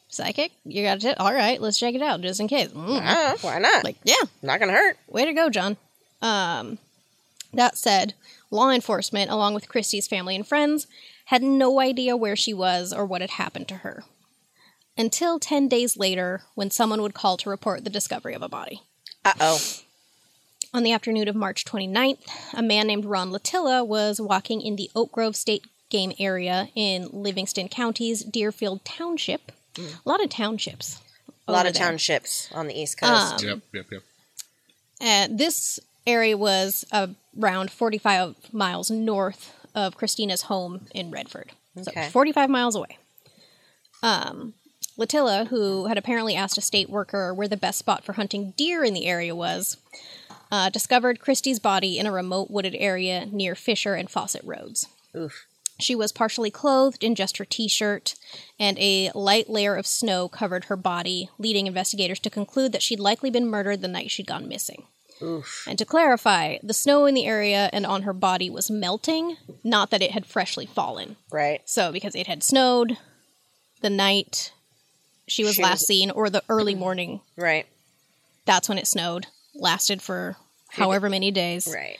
Speaker 1: psychic, you got it. All right, let's check it out just in case." Mm.
Speaker 3: Oh, why not?
Speaker 1: Like, yeah,
Speaker 3: not gonna hurt.
Speaker 1: Way to go, John. Um, that said, law enforcement, along with Christie's family and friends, had no idea where she was or what had happened to her. Until 10 days later, when someone would call to report the discovery of a body.
Speaker 3: Uh oh.
Speaker 1: On the afternoon of March 29th, a man named Ron Latilla was walking in the Oak Grove State Game Area in Livingston County's Deerfield Township. A lot of townships.
Speaker 3: Mm. A lot
Speaker 1: over
Speaker 3: of
Speaker 1: there.
Speaker 3: townships on the east coast.
Speaker 2: Yep, yep, yep.
Speaker 1: Uh, this area was around 45 miles north of Christina's home in Redford.
Speaker 3: Okay.
Speaker 1: So 45 miles away. Um, Latilla, who had apparently asked a state worker where the best spot for hunting deer in the area was, uh, discovered Christie's body in a remote wooded area near Fisher and Fawcett Roads.
Speaker 3: Oof.
Speaker 1: She was partially clothed in just her t shirt, and a light layer of snow covered her body, leading investigators to conclude that she'd likely been murdered the night she'd gone missing.
Speaker 3: Oof.
Speaker 1: And to clarify, the snow in the area and on her body was melting, not that it had freshly fallen.
Speaker 3: Right.
Speaker 1: So, because it had snowed the night she was
Speaker 3: She
Speaker 1: last
Speaker 3: was-
Speaker 1: seen or the early morning,
Speaker 3: Right.
Speaker 1: that's when it snowed, lasted for however many days,
Speaker 3: Right.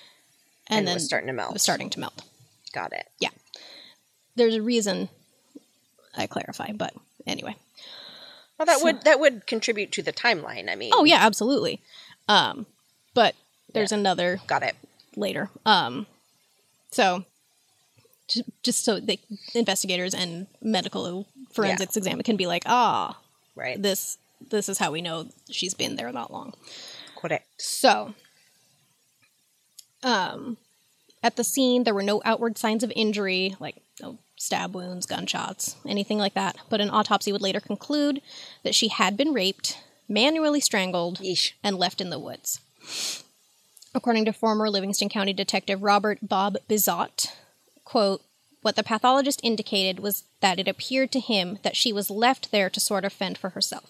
Speaker 1: and,
Speaker 3: And,
Speaker 1: then
Speaker 3: it was starting to melt.
Speaker 1: it was starting to melt.
Speaker 3: Got it.
Speaker 1: Yeah. There's a reason I clarify, but anyway.
Speaker 3: Well, that would that would contribute to the timeline. I mean.
Speaker 1: Oh, yeah, absolutely. Um, but there's another
Speaker 3: Got it.
Speaker 1: later. Um, so j- just so the investigators and medical forensics exam can be like, ah,
Speaker 3: Right.
Speaker 1: this this is how we know she's been there that long.
Speaker 3: Correct.
Speaker 1: So, um, at the scene, there were no outward signs of injury, like no stab wounds, gunshots, anything like that. But an autopsy would later conclude that she had been raped, manually strangled,
Speaker 3: Yeesh.
Speaker 1: and left in the woods. According to former Livingston County Detective Robert Bob Bizot, quote, what the pathologist indicated was that it appeared to him that she was left there to sort of fend for herself.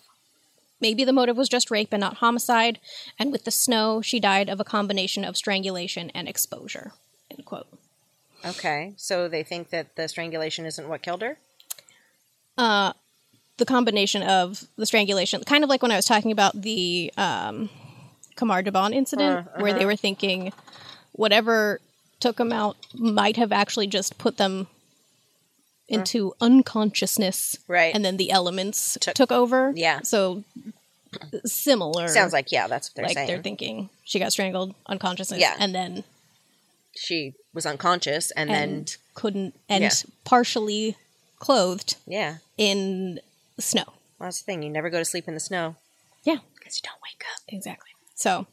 Speaker 1: Maybe the motive was just rape and not homicide, and with the snow, she died of a combination of strangulation and exposure. End quote.
Speaker 3: Okay, so they think that the strangulation isn't what killed her.
Speaker 1: the combination of the strangulation, kind of like when I was talking about the um, Kamar Devon incident,
Speaker 3: Uh-huh.
Speaker 1: where they were thinking whatever took them out might have actually just put them into unconsciousness,
Speaker 3: Uh-huh. Right.
Speaker 1: And then the elements
Speaker 3: Took-
Speaker 1: took, over,
Speaker 3: Yeah.
Speaker 1: So similar
Speaker 3: Sounds like yeah, that's what they're
Speaker 1: like
Speaker 3: saying.
Speaker 1: they're thinking she got strangled, unconsciousness,
Speaker 3: Yeah.
Speaker 1: and then
Speaker 3: she was unconscious and, then
Speaker 1: and couldn't and
Speaker 3: Yeah.
Speaker 1: partially clothed
Speaker 3: yeah,
Speaker 1: in snow.
Speaker 3: well, that's the thing. You never go to sleep in the snow
Speaker 1: Yeah.
Speaker 3: because you don't wake up.
Speaker 1: Exactly. So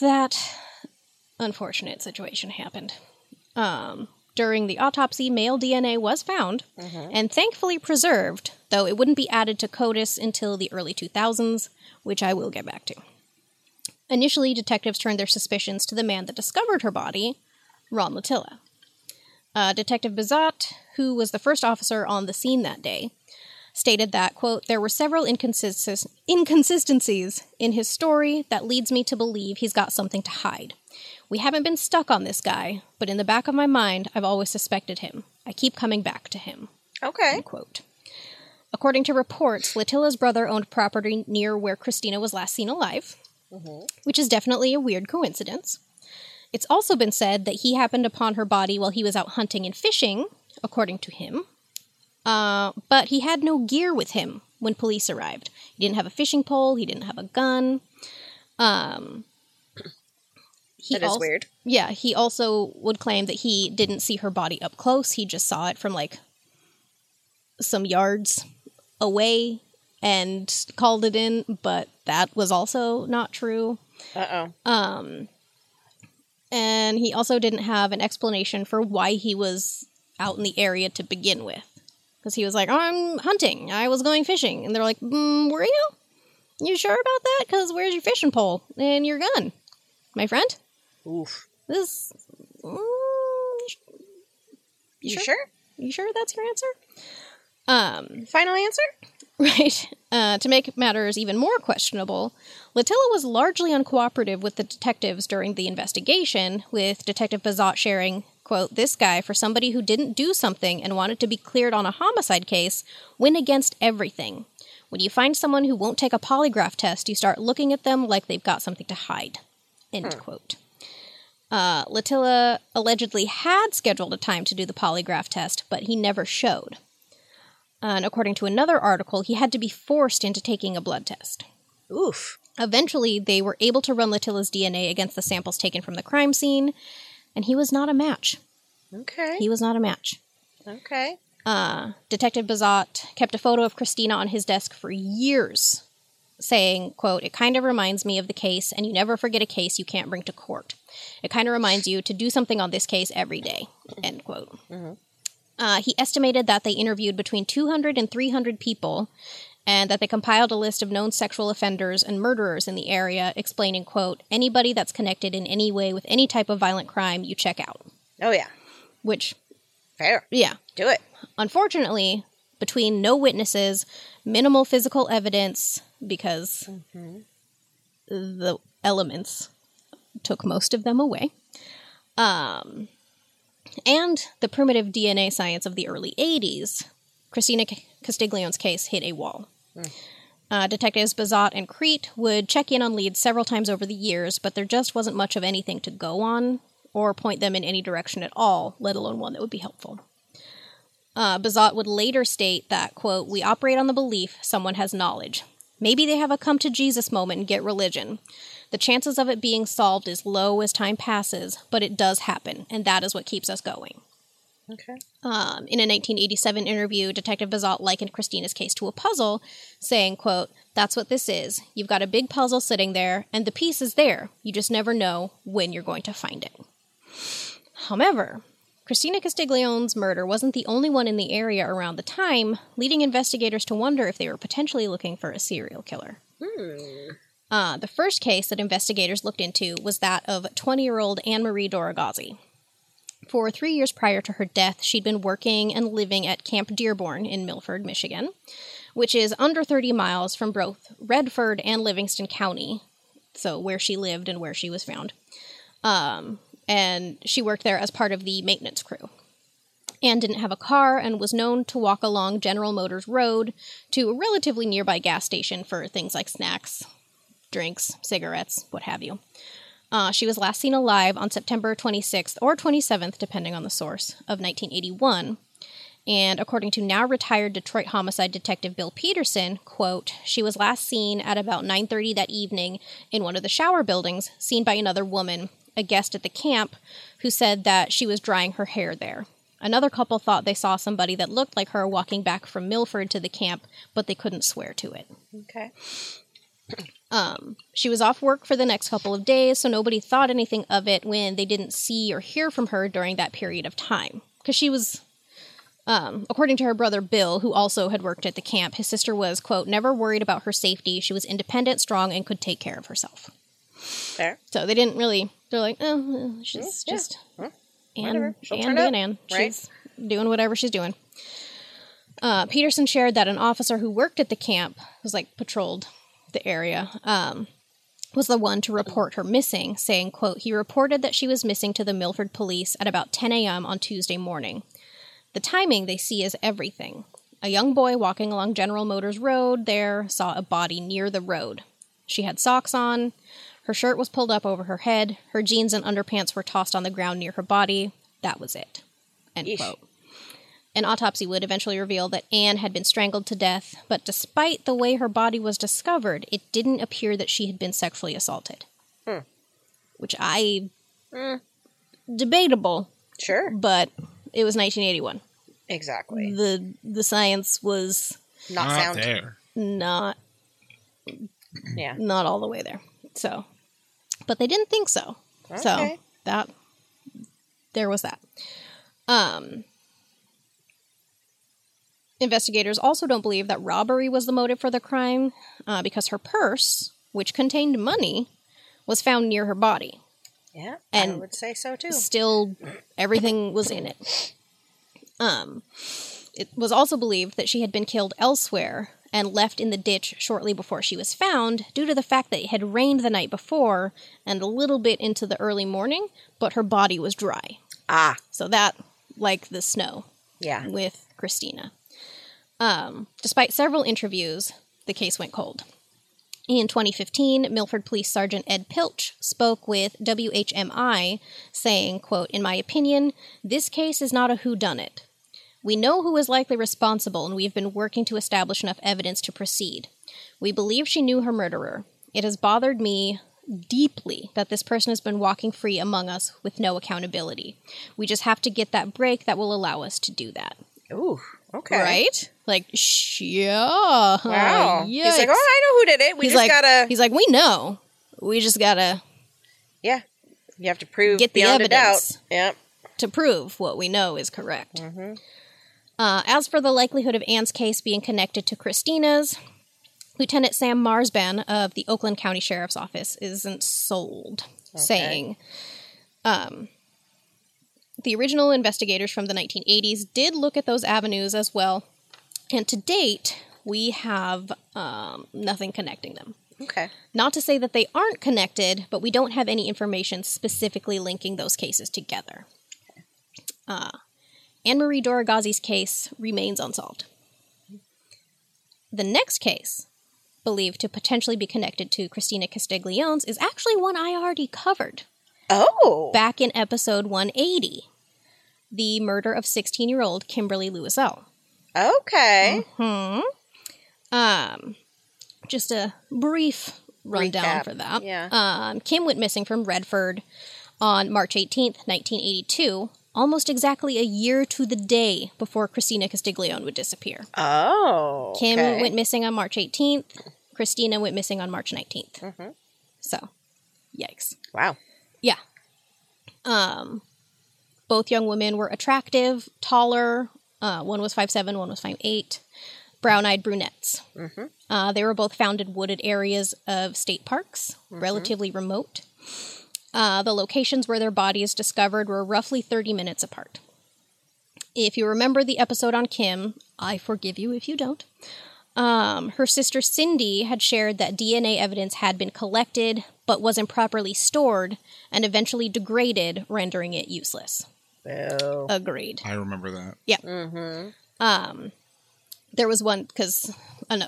Speaker 1: that unfortunate situation happened. Um, during the autopsy, male DNA was found
Speaker 3: Mm-hmm.
Speaker 1: and thankfully preserved, though it wouldn't be added to CODIS until the early 2000s, which I will get back to. Initially, detectives turned their suspicions to the man that discovered her body, Ron Latilla. Uh, Detective Bizot, who was the first officer on the scene that day, stated that quote there were several inconsist- inconsistencies in his story that leads me to believe he's got something to hide we haven't been stuck on this guy but in the back of my mind i've always suspected him i keep coming back to him
Speaker 3: Okay,
Speaker 1: quote according to reports latilla's brother owned property near where christina was last seen alive which is definitely a weird coincidence it's also been said that he happened upon her body while he was out hunting and fishing according to him uh, but he had no gear with him when police arrived he didn't have a fishing pole he didn't have a gun um, he
Speaker 3: that is
Speaker 1: als-
Speaker 3: weird.
Speaker 1: yeah, he also would claim that he didn't see her body up close. He just saw it from like some yards away and called it in, but that was also not true.
Speaker 3: Uh oh.
Speaker 1: And he also didn't have an explanation for why he was out in the area to begin with. Because he was like, I'm hunting. I was going fishing. And they're like, mm, Were you? You sure about that? Because where's your fishing pole and your gun, my friend? Uh,
Speaker 3: Oof.
Speaker 1: This. Mm, you sh-
Speaker 3: You,
Speaker 1: sure?
Speaker 3: sure?
Speaker 1: You sure that's your answer? Um,
Speaker 3: Final answer?
Speaker 1: right. Uh, to make matters even more questionable, Latilla was largely uncooperative with the detectives during the investigation, with Detective Bazot sharing, quote, this guy for somebody who didn't do something and wanted to be cleared on a homicide case went against everything. When you find someone who won't take a polygraph test, you start looking at them like they've got something to hide. End quote. Uh, Latilla allegedly had scheduled a time to do the polygraph test, but he never showed. And according to another article, he had to be forced into taking a blood test.
Speaker 3: Oof.
Speaker 1: Eventually, they were able to run Latilla's DNA against the samples taken from the crime scene, and he was not a match.
Speaker 3: Okay.
Speaker 1: He was not a match.
Speaker 3: Okay.
Speaker 1: Uh, Detective Bazot kept a photo of Christina on his desk for years, saying, quote, It kind of reminds me of the case, and you never forget a case you can't bring to court. It kind of reminds you to do something on this case every day, end quote. Uh, he estimated that they interviewed between 200 and 300 people and that they compiled a list of known sexual offenders and murderers in the area explaining quote anybody that's connected in any way with any type of violent crime you check out
Speaker 3: Oh yeah.
Speaker 1: which
Speaker 3: Fair.
Speaker 1: yeah
Speaker 3: Do it.
Speaker 1: Unfortunately, between no witnesses, minimal physical evidence, because the elements took most of them away, um, and the primitive DNA science of the early 80s, Christina C- Castiglione's case hit a wall. Uh, detectives Bazot and Crete would check in on leads several times over the years, but there just wasn't much of anything to go on or point them in any direction at all, let alone one that would be helpful. Uh, Bazot would later state that, quote, we operate on the belief someone has knowledge. Maybe they have a come to Jesus moment and get religion. The chances of it being solved is low as time passes, but it does happen, and that is what keeps us going.
Speaker 3: Okay.
Speaker 1: Um, in a 1987 interview, Detective Bazot likened Christina's case to a puzzle, saying, quote, that's what this is. You've got a big puzzle sitting there, and the piece is there. You just never know when you're going to find it. However, Christina Castiglione's murder wasn't the only one in the area around the time, leading investigators to wonder if they were potentially looking for a serial killer. Uh, the first case that investigators looked into was that of 20 year old Anne Marie Doragazi. For three years prior to her death, she'd been working and living at Camp Dearborn in Milford, Michigan, which is under 30 miles from both Redford and Livingston County, so where she lived and where she was found. Um, and she worked there as part of the maintenance crew. Anne didn't have a car and was known to walk along General Motors Road to a relatively nearby gas station for things like snacks, drinks, cigarettes, what have you. Uh, she was last seen alive on September 26th or 27th, depending on the source, of 1981. And according to now retired Detroit homicide detective Bill Peterson, quote, she was last seen at about 9:30 that evening in one of the shower buildings, seen by another woman, a guest at the camp, who said that she was drying her hair there. Another couple thought they saw somebody that looked like her walking back from Milford to the camp, but they couldn't swear to it.
Speaker 3: Okay.
Speaker 1: She was off work for the next couple of days, so nobody thought anything of it when they didn't see or hear from her during that period of time. Because she was, um, according to her brother Bill, who also had worked at the camp, his sister was, quote, never worried about her safety. She was independent, strong, and could take care of herself.
Speaker 3: Fair.
Speaker 1: So they didn't really, they're like, oh, well, she's
Speaker 3: Mm, yeah.
Speaker 1: just
Speaker 3: Huh?
Speaker 1: Anne,
Speaker 3: Whatever. She'll
Speaker 1: Anne
Speaker 3: turn
Speaker 1: being
Speaker 3: up,
Speaker 1: Anne.
Speaker 3: right?
Speaker 1: She's doing whatever she's doing. Uh, Peterson shared that an officer who worked at the camp, was like patrolled the area, um, was the one to report her missing, saying, quote, he reported that she was missing to the Milford police at about 10 a.m. on Tuesday morning. The timing they see is everything. A young boy walking along General Motors Road there saw a body near the road. She had socks on, her shirt was pulled up over her head, her jeans and underpants were tossed on the ground near her body. That was it. End
Speaker 3: Yeesh.
Speaker 1: quote. An autopsy would eventually reveal that Anne had been strangled to death, but despite the way her body was discovered, it didn't appear that she had been sexually assaulted.
Speaker 3: Hmm.
Speaker 1: Which I. debatable,
Speaker 3: Sure.
Speaker 1: but it was 1981
Speaker 3: Exactly.
Speaker 1: the the science was
Speaker 3: Not,
Speaker 2: Not
Speaker 3: sound.
Speaker 2: there.
Speaker 1: not
Speaker 3: Yeah.
Speaker 1: not all the way there. So, but they didn't think so. So
Speaker 3: Okay.
Speaker 1: that there was that. Um, investigators also don't believe that robbery was the motive for the crime uh, because her purse, which contained money, was found near her body.
Speaker 3: Yeah. I
Speaker 1: And-
Speaker 3: would say so too.
Speaker 1: still everything was in it. Um, it was also believed that she had been killed elsewhere and left in the ditch shortly before she was found due to the fact that it had rained the night before and a little bit into the early morning, but her body was dry.
Speaker 3: Ah.
Speaker 1: So that, like the snow
Speaker 3: Yeah.
Speaker 1: with Christina. Um, despite several interviews, the case went cold. In 2015, Milford Police Sergeant Ed Pilch spoke with WHMI, saying, quote, "In my opinion, this case is not a whodunit. We know who is likely responsible, and we have been working to establish enough evidence to proceed. We believe she knew her murderer. It has bothered me deeply that this person has been walking free among us with no accountability. We just have to get that break that will allow us to do that.
Speaker 3: Ooh. Okay.
Speaker 1: Right? Like, sh- yeah.
Speaker 3: Wow. He's like,
Speaker 1: yikes."
Speaker 3: oh, I know who did it. We
Speaker 1: He's
Speaker 3: just
Speaker 1: like,
Speaker 3: gotta.
Speaker 1: he's like, we know. We just gotta
Speaker 3: Yeah. You have to prove
Speaker 1: Get the
Speaker 3: beyond
Speaker 1: evidence.
Speaker 3: a doubt. Yep.
Speaker 1: to prove what we know is correct. Uh, as for the likelihood of Anne's case being connected to Christina's, Lieutenant Sam Marsban of the Oakland County Sheriff's Office isn't sold, saying, um, the original investigators from the 1980s did look at those avenues as well, and to date, we have um, nothing connecting them.
Speaker 3: Okay.
Speaker 1: Not to say that they aren't connected, but we don't have any information specifically linking those cases together. Uh, Anne Marie Doragazi's case remains unsolved. The next case, believed to potentially be connected to Christina Castiglione's, is actually one I already covered
Speaker 3: Oh.
Speaker 1: back in episode 180 the murder of 16 year old Kimberly Lewisell.
Speaker 3: Okay.
Speaker 1: Hmm. Um, just a brief rundown
Speaker 3: Recap,
Speaker 1: for that.
Speaker 3: yeah.
Speaker 1: Um, Kim went missing from Redford on March 18th, 1982, almost exactly a year to the day before Christina Castiglione would disappear.
Speaker 3: Oh.
Speaker 1: Kim
Speaker 3: okay.
Speaker 1: went missing on March 18th. Christina went missing on March 19th.
Speaker 3: Mhm.
Speaker 1: So, yikes.
Speaker 3: Wow.
Speaker 1: Yeah. Um, Both young women were attractive, taller. Uh, one was 5'7, one was 5'8. Brown eyed brunettes. Uh, they were both found in wooded areas of state parks, relatively remote. Uh, the locations where their bodies discovered were roughly 30 minutes apart. If you remember the episode on Kim, I forgive you if you don't. Um, her sister Cindy had shared that DNA evidence had been collected but was improperly stored and eventually degraded, rendering it useless. Uh,
Speaker 3: Boo.
Speaker 1: Agreed.
Speaker 2: I remember that.
Speaker 1: Um, There was one because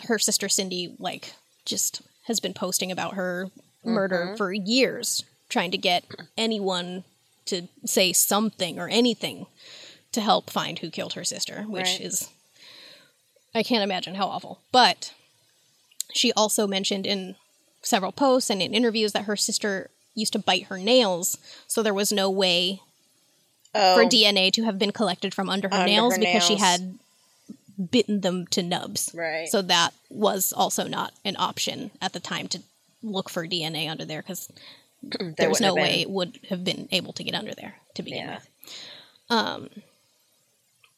Speaker 1: her sister Cindy, like, just has been posting about her murder for years, trying to get anyone to say something or anything to help find who killed her sister, which
Speaker 3: Right.
Speaker 1: is, I can't imagine how awful. But she also mentioned in several posts and in interviews that her sister used to bite her nails, so there was no way
Speaker 3: Oh,
Speaker 1: for DNA to have been collected from under her
Speaker 3: Under her
Speaker 1: nails because she
Speaker 3: nails.
Speaker 1: had bitten them to nubs.
Speaker 3: Right.
Speaker 1: So that was also not an option at the time to look for DNA under there because
Speaker 3: there
Speaker 1: there was
Speaker 3: wouldn't
Speaker 1: no
Speaker 3: have been.
Speaker 1: way it would have been able to get under there to begin
Speaker 3: Yeah.
Speaker 1: with. Um,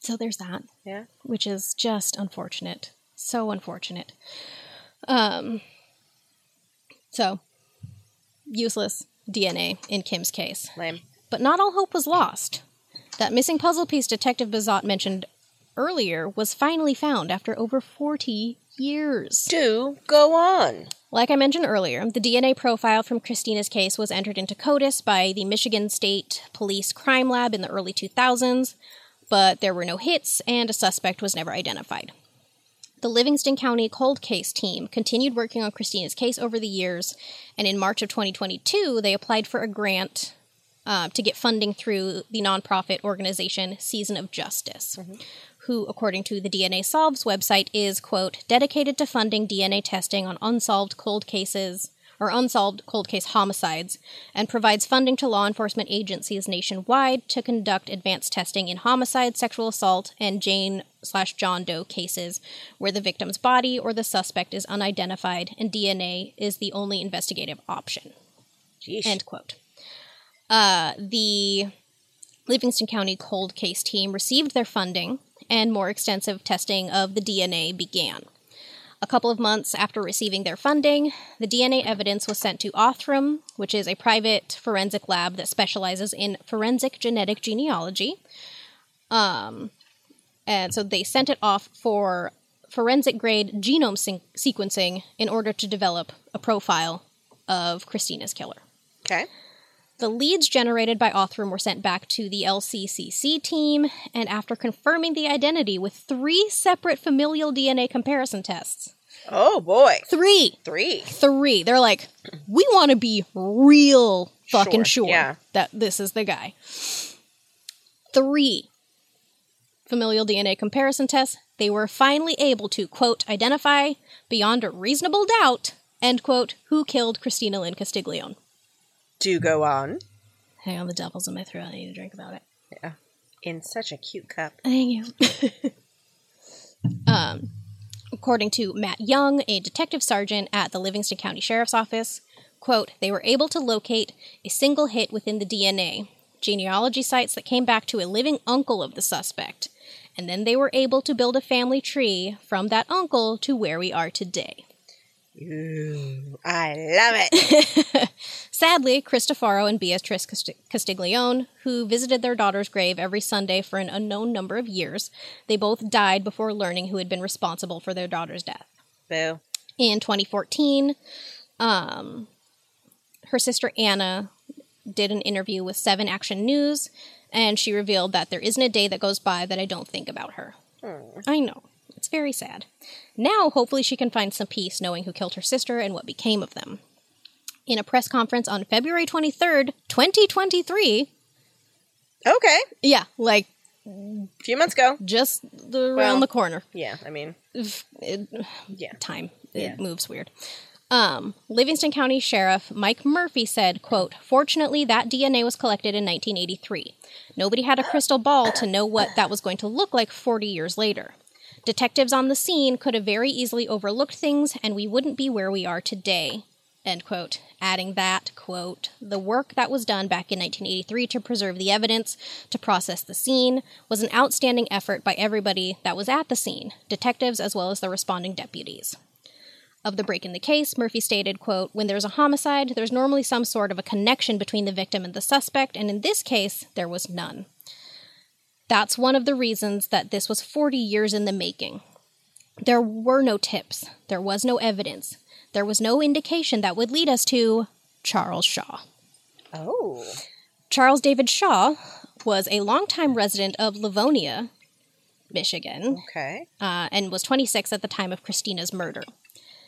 Speaker 1: so there's that,
Speaker 3: Yeah.
Speaker 1: which is just unfortunate. So unfortunate. Um, so useless DNA in Kim's case.
Speaker 3: Lame.
Speaker 1: But not all hope was lost. That missing puzzle piece Detective Bazot mentioned earlier was finally found after over 40 years.
Speaker 3: Do go on.
Speaker 1: Like I mentioned earlier, the DNA profile from Christina's case was entered into CODIS by the Michigan State Police Crime Lab in the early 2000s, but there were no hits and a suspect was never identified. The Livingston County cold case team continued working on Christina's case over the years, and in March of 2022, they applied for a grant uh, to get funding through the nonprofit organization Season of Justice, who, according to the DNA Solves website, is, quote, dedicated to funding DNA testing on unsolved cold cases or unsolved cold case homicides and provides funding to law enforcement agencies nationwide to conduct advanced testing in homicide, sexual assault, and Jane slash John Doe cases where the victim's body or the suspect is unidentified and DNA is the only investigative option.
Speaker 3: Jeez.
Speaker 1: End quote. Uh, the Livingston County cold case team received their funding, and more extensive testing of the DNA began. A couple of months after receiving their funding, the DNA evidence was sent to Othram, which is a private forensic lab that specializes in forensic genetic genealogy. Um, And so they sent it off for forensic grade genome syn- sequencing in order to develop a profile of Christina's killer.
Speaker 3: okay.
Speaker 1: The leads generated by Othram were sent back to the LCCC team, and after confirming the identity with three separate familial DNA comparison tests,
Speaker 3: Oh boy.
Speaker 1: three,
Speaker 3: Three.
Speaker 1: three, they're like, we want to be real fucking sure,
Speaker 3: Sure, yeah.
Speaker 1: that this is the guy. Three familial DNA comparison tests, they were finally able to, quote, identify beyond a reasonable doubt, end quote, who killed Christina Lynn Castiglione.
Speaker 3: Do go on.
Speaker 1: Hang on, the devil's in my throat. I need a drink about it.
Speaker 3: In such a cute cup.
Speaker 1: Thank you. um, according to Matt Young, a detective sergeant at the Livingston County Sheriff's Office, quote, they were able to locate a single hit within the DNA, genealogy sites that came back to a living uncle of the suspect, and then they were able to build a family tree from that uncle to where we are today.
Speaker 3: Ooh, I love it.
Speaker 1: Sadly, Cristofaro and Beatrice Casti- Castiglione, who visited their daughter's grave every Sunday for an unknown number of years, they both died before learning who had been responsible for their daughter's death.
Speaker 3: Boo.
Speaker 1: In 2014, um, her sister Anna did an interview with Seven Action News, and she revealed that there isn't a day that goes by that I don't think about her.
Speaker 3: Hmm.
Speaker 1: I know. It's very sad. Now, hopefully, she can find some peace knowing who killed her sister and what became of them. In a press conference on February 23rd, 2023,
Speaker 3: Okay.
Speaker 1: yeah, like
Speaker 3: A few months ago.
Speaker 1: just the, around
Speaker 3: Well-
Speaker 1: the corner.
Speaker 3: Yeah. I mean,
Speaker 1: It-
Speaker 3: yeah.
Speaker 1: time.
Speaker 3: Yeah.
Speaker 1: It moves weird. Um, Livingston County Sheriff Mike Murphy said, quote, Fortunately, that DNA was collected in 1983. Nobody had a crystal ball to know what that was going to look like 40 years later. Detectives on the scene could have very easily overlooked things, and we wouldn't be where we are today. End quote. Adding that, quote, the work that was done back in 1983 to preserve the evidence, to process the scene, was an outstanding effort by everybody that was at the scene, detectives as well as the responding deputies. Of the break in the case, Murphy stated, quote, when there's a homicide, there's normally some sort of a connection between the victim and the suspect, and in this case, there was none. That's one of the reasons that this was 40 years in the making. There were no tips. There was no evidence. There was no indication that would lead us to Charles Shaw.
Speaker 3: Oh.
Speaker 1: Charles David Shaw was a longtime resident of Livonia, Michigan,
Speaker 3: Okay.
Speaker 1: uh, and was 26 at the time of Christina's murder.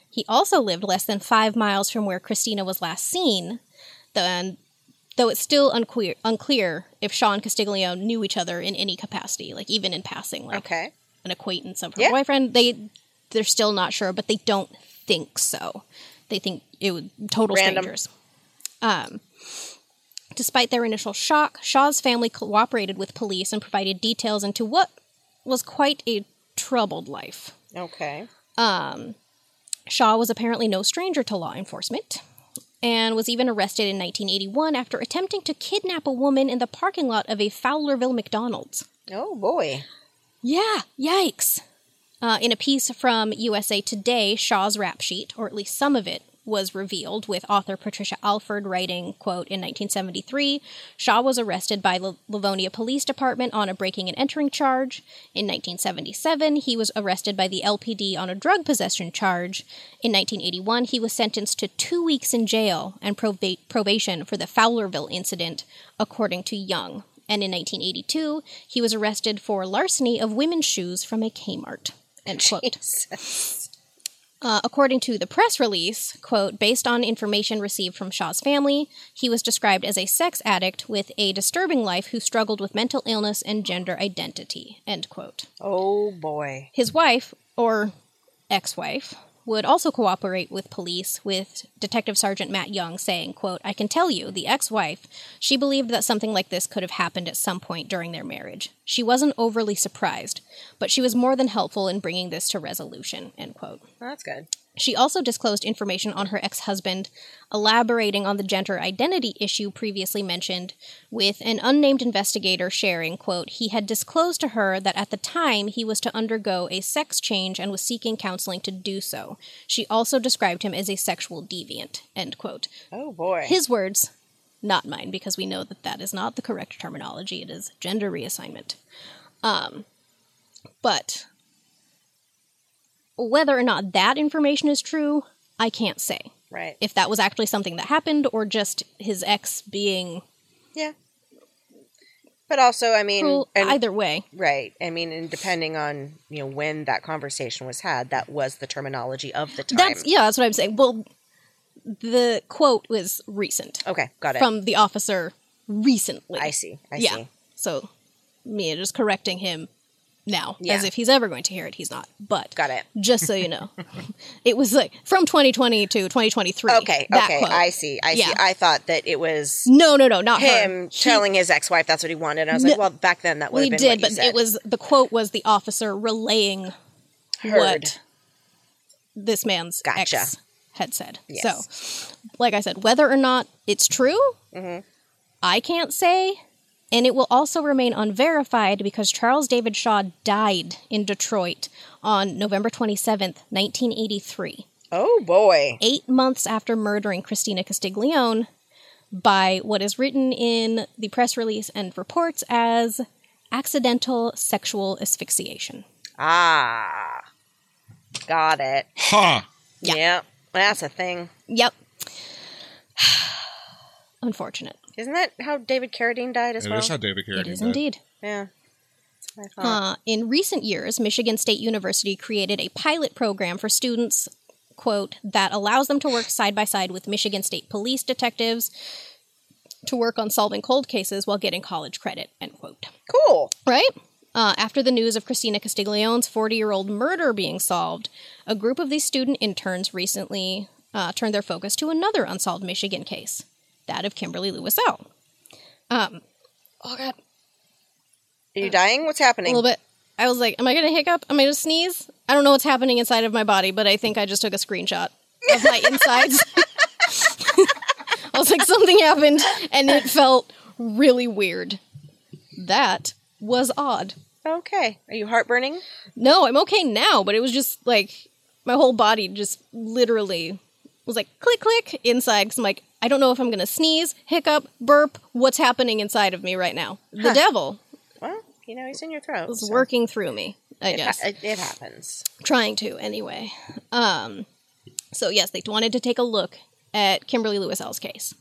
Speaker 1: He also lived less than five miles from where Christina was last seen, though, and though it's still unclear, unclear if Shaw and Castiglione knew each other in any capacity, like even in passing, like
Speaker 3: Okay.
Speaker 1: an acquaintance of her
Speaker 3: Yeah.
Speaker 1: boyfriend. They they're still not sure, but they don't think so. They think it was total
Speaker 3: Random.
Speaker 1: strangers. Um, despite their initial shock, Shaw's family cooperated with police and provided details into what was quite a troubled life.
Speaker 3: Okay.
Speaker 1: Shaw was apparently no stranger to law enforcement and was even arrested in 1981 after attempting to kidnap a woman in the parking lot of a Fowlerville McDonald's.
Speaker 3: Oh boy.
Speaker 1: Yeah, yikes. Uh, in a piece from USA Today, Shaw's rap sheet, or at least some of it, was revealed with author Patricia Alford writing, quote, in 1973, Shaw was arrested by L- Livonia Police Department on a breaking and entering charge. In 1977, he was arrested by the LPD on a drug possession charge. In 1981, he was sentenced to two weeks in jail and proba- probation for the Fowlerville incident, according to Young. And in 1982, he was arrested for larceny of women's shoes from a Kmart. End quote. Uh, according to the press release, quote, based on information received from Shaw's family, he was described as a sex addict with a disturbing life who struggled with mental illness and gender identity, end quote.
Speaker 3: Oh boy.
Speaker 1: His wife, or ex wife, would also cooperate with police, with Detective Sergeant Matt Young saying, quote, I can tell you, the ex wife, she believed that something like this could have happened at some point during their marriage. She wasn't overly surprised, but she was more than helpful in bringing this to resolution, end quote.
Speaker 3: That's good.
Speaker 1: She also disclosed information on her ex husband, elaborating on the gender identity issue previously mentioned, with an unnamed investigator sharing, quote, he had disclosed to her that at the time he was to undergo a sex change and was seeking counseling to do so. She also described him as a sexual deviant, end quote.
Speaker 3: Oh boy.
Speaker 1: His words, not mine, because we know that that is not the correct terminology. It is gender reassignment. Um, but whether or not that information is true, I can't say.
Speaker 3: right.
Speaker 1: If that was actually something that happened, or just his ex being
Speaker 3: yeah. But also, I mean,
Speaker 1: cruel,
Speaker 3: and
Speaker 1: either way,
Speaker 3: Right. I mean, and depending on you know when that conversation was had, that was the terminology of the time.
Speaker 1: that's yeah, that's what I'm saying. Well, the quote was recent
Speaker 3: Okay, got it.
Speaker 1: from the officer recently.
Speaker 3: I see. I
Speaker 1: yeah.
Speaker 3: see.
Speaker 1: So me just correcting him now,
Speaker 3: Yeah.
Speaker 1: as if he's ever going to hear it. He's not. But
Speaker 3: Got it.
Speaker 1: just so you know, it was like from 2020 to 2023.
Speaker 3: Okay.
Speaker 1: that
Speaker 3: okay.
Speaker 1: quote.
Speaker 3: I see. I
Speaker 1: Yeah.
Speaker 3: see. I thought that it was
Speaker 1: no, no, no, not
Speaker 3: him
Speaker 1: her.
Speaker 3: telling his ex-wife that's what he wanted. And I was like, well, back then that would
Speaker 1: We
Speaker 3: have been
Speaker 1: did,
Speaker 3: what
Speaker 1: but
Speaker 3: you
Speaker 1: it
Speaker 3: said.
Speaker 1: was the quote was the officer relaying
Speaker 3: Heard.
Speaker 1: what this man's
Speaker 3: Gotcha.
Speaker 1: ex had said.
Speaker 3: Yes.
Speaker 1: So, like I said, whether or not it's true,
Speaker 3: Mm-hmm.
Speaker 1: I can't say. And it will also remain unverified because Charles David Shaw died in Detroit on November 27th, 1983,
Speaker 3: Oh boy.
Speaker 1: eight months after murdering Christina Castiglione by what is written in the press release and reports as accidental sexual asphyxiation.
Speaker 3: Ah. Got it.
Speaker 2: Huh.
Speaker 1: Yeah.
Speaker 3: Yeah. That's a thing.
Speaker 1: Yep. Unfortunate.
Speaker 3: Isn't that how David Carradine died as
Speaker 2: It
Speaker 3: well?
Speaker 2: is how David Carradine
Speaker 1: It is
Speaker 2: died.
Speaker 1: indeed.
Speaker 3: yeah. That's what I thought.
Speaker 1: Uh, in recent years, Michigan State University created a pilot program for students, quote, that allows them to work side by side with Michigan State police detectives to work on solving cold cases while getting college credit, end quote.
Speaker 3: Cool.
Speaker 1: Right? Uh, after the news of Christina Castiglione's 40 year old murder being solved, a group of these student interns recently uh, turned their focus to another unsolved Michigan case, that of Kimberly Lewisell. Um, oh, God.
Speaker 3: Are you dying? What's happening?
Speaker 1: A little bit. I was like, am I going to hiccup? Am I going to sneeze? I don't know what's happening inside of my body, but I think I just took a screenshot of my insides. was like something happened and it felt really weird. That was odd.
Speaker 3: Okay. Are you heartburning?
Speaker 1: No, I'm okay now, but it was just like my whole body just literally was like click click inside cuz I'm like I don't know if I'm going to sneeze, hiccup, burp, what's happening inside of me right now. The devil
Speaker 3: Well, you know, he's in your throat.
Speaker 1: is
Speaker 3: so
Speaker 1: working through me, I
Speaker 3: it,
Speaker 1: guess.
Speaker 3: ha- it, it happens.
Speaker 1: trying to anyway. Um, so yes, they wanted to take a look at Kimberly Lewis L's case.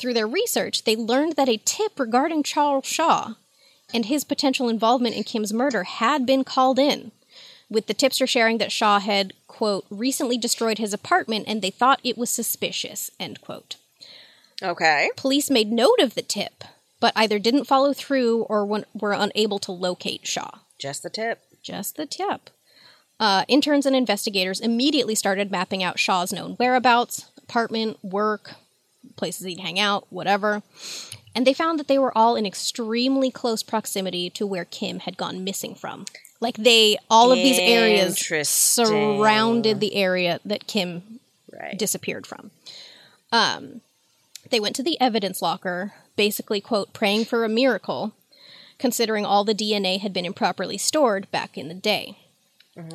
Speaker 1: Through their research, they learned that a tip regarding Charles Shaw and his potential involvement in Kim's murder had been called in, with the tipster sharing that Shaw had quote recently destroyed his apartment and they thought it was suspicious end quote.
Speaker 3: Okay.
Speaker 1: Police made note of the tip, but either didn't follow through or wen- were unable to locate Shaw
Speaker 3: Just the tip.
Speaker 1: just the tip. Uh, interns and investigators immediately started mapping out Shaw's known whereabouts, apartment, work, places he'd hang out, whatever. And they found that they were all in extremely close proximity to where Kim had gone missing from. Like they, all of these areas
Speaker 3: Interesting.
Speaker 1: surrounded the area that Kim
Speaker 3: Right.
Speaker 1: disappeared from. Um, they went to the evidence locker, basically, quote, praying for a miracle, considering all the DNA had been improperly stored back in the day.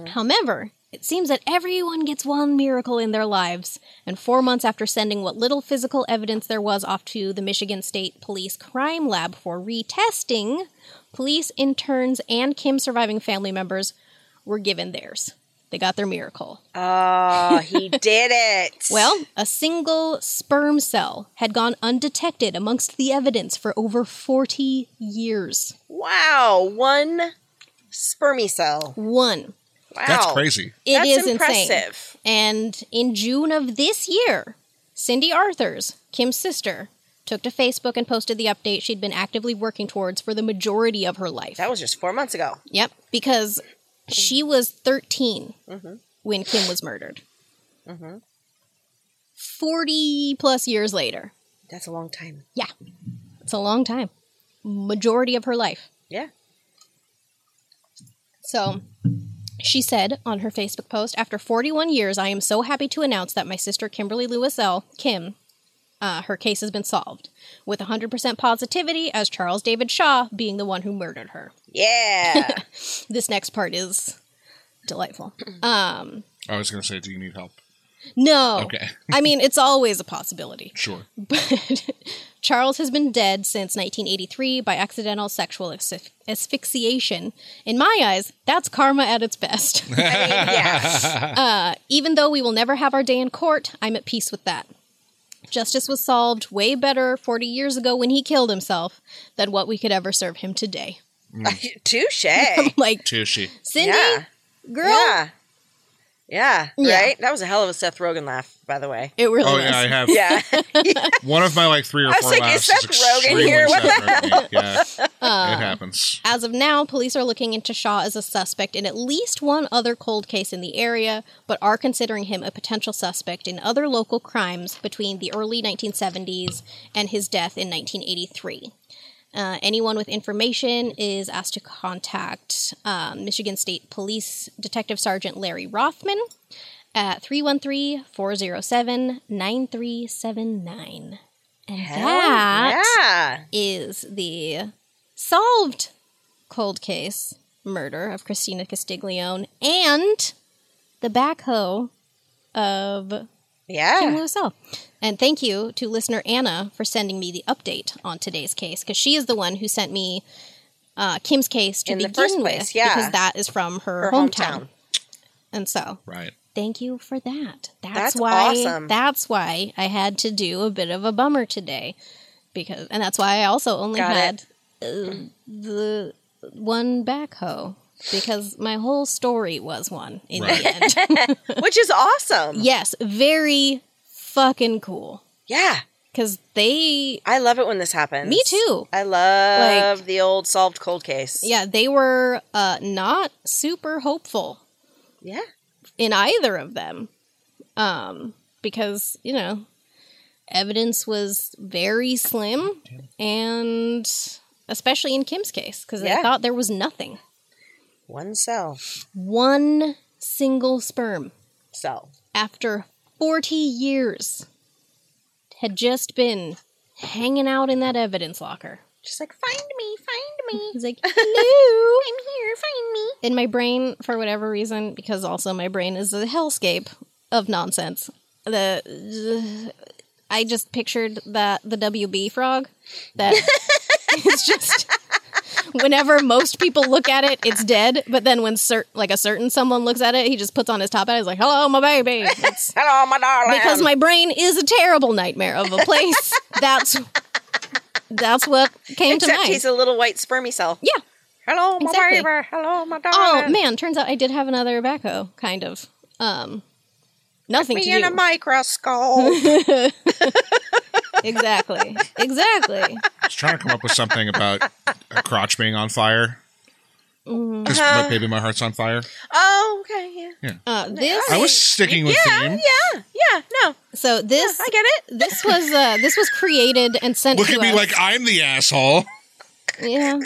Speaker 1: However, it seems that everyone gets one miracle in their lives, and four months after sending what little physical evidence there was off to the Michigan State Police Crime Lab for retesting, police, interns, and Kim surviving family members were given theirs. They got their miracle.
Speaker 3: oh, he did it.
Speaker 1: Well, a single sperm cell had gone undetected amongst the evidence for over 40 years.
Speaker 3: wow. One spermy cell.
Speaker 1: One.
Speaker 3: Wow.
Speaker 2: That's crazy.
Speaker 1: It
Speaker 3: That's
Speaker 1: is insane.
Speaker 3: impressive.
Speaker 1: And in June of this year, Cindy Arthurs, Kim's sister, took to Facebook and posted the update she'd been actively working towards for the majority of her life.
Speaker 3: That was just four months ago.
Speaker 1: Yep, because she was 13
Speaker 3: Mm-hmm.
Speaker 1: when Kim was murdered. 40 plus years later.
Speaker 3: That's a long time.
Speaker 1: Yeah. It's a long time. Majority of her life.
Speaker 3: Yeah.
Speaker 1: So she said on her Facebook post After 41 years, I am so happy to announce that my sister Kimberly Lewis L., Kim, uh, her case has been solved with 100% positivity as Charles David Shaw being the one who murdered her.
Speaker 3: Yeah.
Speaker 1: This next part is delightful. Um,
Speaker 2: I was going to say, do you need help?
Speaker 1: no.
Speaker 2: Okay.
Speaker 1: I mean, it's always a possibility.
Speaker 2: Sure.
Speaker 1: but Charles has been dead since 1983 by accidental sexual asphy- asphyxiation. In my eyes, that's karma at its best.
Speaker 3: I mean, yes.
Speaker 1: Even though we will never have our day in court, I'm at peace with that. Justice was solved way better 40 years ago when he killed himself than what we could ever serve him today.
Speaker 3: Touche.
Speaker 1: Like,
Speaker 2: Tushy.
Speaker 1: Cindy,
Speaker 3: Yeah.
Speaker 1: girl,
Speaker 3: Yeah. Yeah.
Speaker 1: Yeah.
Speaker 3: Right? That was a hell of a Seth Rogen laugh, by the way.
Speaker 1: it really
Speaker 2: Oh
Speaker 1: was.
Speaker 2: yeah, I have
Speaker 3: Yeah.
Speaker 2: one of my like three or
Speaker 3: was
Speaker 2: four
Speaker 3: like,
Speaker 2: laughs.
Speaker 3: is Seth
Speaker 2: is
Speaker 3: Rogen
Speaker 2: extremely
Speaker 3: here? What Uh.
Speaker 2: Seth Rogen. Yeah, it happens.
Speaker 1: As of now, police are looking into Shaw as a suspect in at least one other cold case in the area, but are considering him a potential suspect in other local crimes between the early 1970s and his death in 1983. Uh, anyone with information is asked to contact um, Michigan State Police Detective Sergeant Larry Rothman at 313 407 9379. And that
Speaker 3: yeah.
Speaker 1: is the solved cold case murder of Christina Castiglione and the backhoe of Kim
Speaker 3: Yeah.
Speaker 1: Lewis L. And thank you to listener Anna for sending me the update on today's case because she is the one who sent me uh, Kim's case to
Speaker 3: In the
Speaker 1: begin
Speaker 3: first
Speaker 1: with
Speaker 3: place, yeah.
Speaker 1: because that is from her,
Speaker 3: Her
Speaker 1: hometown.
Speaker 3: hometown.
Speaker 1: And so
Speaker 2: Right.
Speaker 1: thank you for that. That's,
Speaker 3: That's
Speaker 1: why
Speaker 3: awesome.
Speaker 1: that's why I had to do a bit of a bummer today because and that's why I also only
Speaker 3: Got
Speaker 1: had uh, the one backhoe because my whole story was one in
Speaker 2: Right.
Speaker 1: the end.
Speaker 3: Which is awesome.
Speaker 1: yes, very fucking cool
Speaker 3: Yeah.
Speaker 1: cuz they
Speaker 3: I love it when this happens.
Speaker 1: Me too.
Speaker 3: I love the old solved cold case.
Speaker 1: yeah, they were uh not super hopeful
Speaker 3: Yeah.
Speaker 1: in either of them um, because you know evidence was very slim and especially in kim's case because they
Speaker 3: Yeah.
Speaker 1: thought there was nothing
Speaker 3: One cell.
Speaker 1: one single sperm
Speaker 3: Cell.
Speaker 1: after 40 years had just been hanging out in that evidence locker.
Speaker 3: She's like, find me, find me.
Speaker 1: He's like, no.
Speaker 3: I'm here, find me.
Speaker 1: in my brain, for whatever reason, because also my brain is a hellscape of nonsense. The I just pictured that the WB frog that it's just whenever most people look at it, it's dead. But then when cer- like a certain someone looks at it, he just puts on his top hat. He's like, "Hello, my baby." It's
Speaker 3: Hello, my darling.
Speaker 1: because my brain is a terrible nightmare of a place. That's that's what came to
Speaker 3: Except
Speaker 1: mind.
Speaker 3: he's a little white spermy cell.
Speaker 1: yeah.
Speaker 3: Hello, my
Speaker 1: Exactly.
Speaker 3: baby. Hello, my
Speaker 1: Oh
Speaker 3: darling.
Speaker 1: man, turns out I did have another backhoe, kind of. Um nothing to
Speaker 3: Me
Speaker 1: do.
Speaker 3: in a microscope.
Speaker 1: exactly. Exactly.
Speaker 2: was trying to come up with something about a crotch being on fire.
Speaker 3: Mm-hmm.
Speaker 2: Because
Speaker 3: Uh-huh.
Speaker 2: maybe my heart's on fire.
Speaker 3: oh, okay, yeah.
Speaker 1: Uh this
Speaker 2: I was sticking with
Speaker 3: Yeah,
Speaker 2: theme.
Speaker 3: yeah, yeah. No,
Speaker 1: so this
Speaker 3: I get it.
Speaker 1: this was uh this was created and sent
Speaker 2: Look
Speaker 1: to
Speaker 2: at me
Speaker 1: us.
Speaker 2: like I'm the asshole.
Speaker 1: Yeah.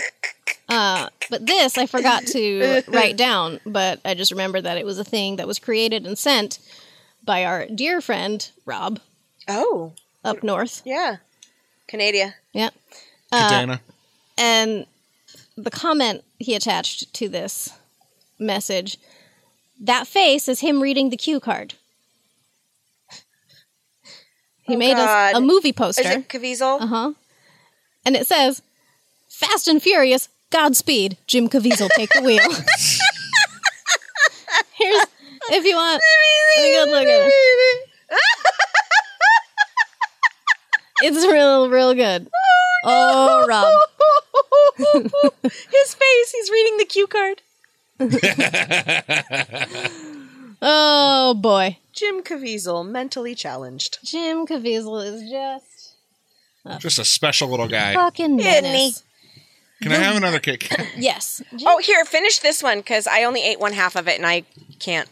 Speaker 1: Uh, but this I forgot to write down, but I just remembered that it was a thing that was created and sent by our dear friend Rob
Speaker 3: Oh,
Speaker 1: up north.
Speaker 3: yeah. Canada.
Speaker 1: Yeah.
Speaker 3: Uh,
Speaker 2: Dana.
Speaker 1: And the comment he attached to this message that face is him reading the cue card. He
Speaker 3: Oh,
Speaker 1: made us a
Speaker 3: God.
Speaker 1: movie
Speaker 3: Is
Speaker 1: poster.
Speaker 3: it Caviezel?
Speaker 1: Uh huh. And it says, Fast and Furious, Godspeed, Jim Caviezel, take the wheel. Here's, if you want a good look at it, it's real, real good. Oh, Rob.
Speaker 3: His face. He's reading the cue card.
Speaker 1: Oh, boy.
Speaker 3: Jim Caviezel, mentally challenged.
Speaker 1: Jim Caviezel is just
Speaker 2: Just a special
Speaker 3: uh,
Speaker 2: little guy.
Speaker 1: fucking
Speaker 3: Isn't he?
Speaker 1: menace.
Speaker 2: Can I have another kick?
Speaker 1: Yes.
Speaker 3: Oh, here, finish this one because I only ate one half of it and I can't.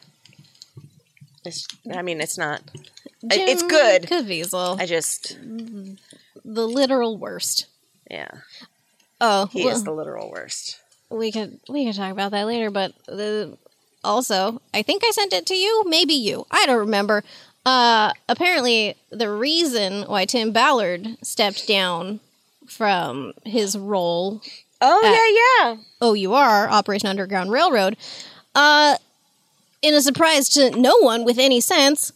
Speaker 3: It's, I mean, it's not.
Speaker 1: Jim
Speaker 3: it's good.
Speaker 1: Caviezel,
Speaker 3: I just,
Speaker 1: the literal worst.
Speaker 3: yeah,
Speaker 1: Oh,
Speaker 3: he
Speaker 1: well,
Speaker 3: is the literal worst.
Speaker 1: we could we could talk about that later. But the, also, I think I sent it to you. Maybe you. I don't remember. Uh, apparently, the reason why Tim Ballard stepped down from his role
Speaker 3: Oh yeah, yeah.
Speaker 1: OUR Operation Underground Railroad, uh, in a surprise to no one with any sense,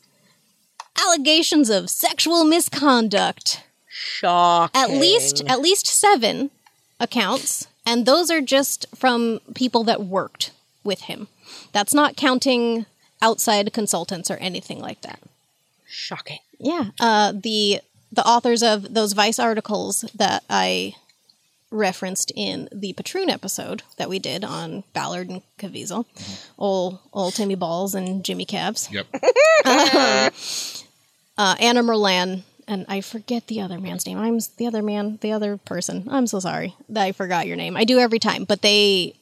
Speaker 1: allegations of sexual misconduct.
Speaker 3: Shocking.
Speaker 1: at least at least seven accounts and those are just from people that worked with him that's not counting outside consultants or anything like that
Speaker 3: shocking.
Speaker 1: yeah uh, the the authors of those vice articles that i referenced in the patroon episode that we did on ballard and caviezel old old timmy balls and jimmy cabs
Speaker 2: yep.
Speaker 1: uh, Anna Merlan, and I forget the other man's name. I'm s- the other man, the other person. I'm so sorry that I forgot your name. I do every time, but they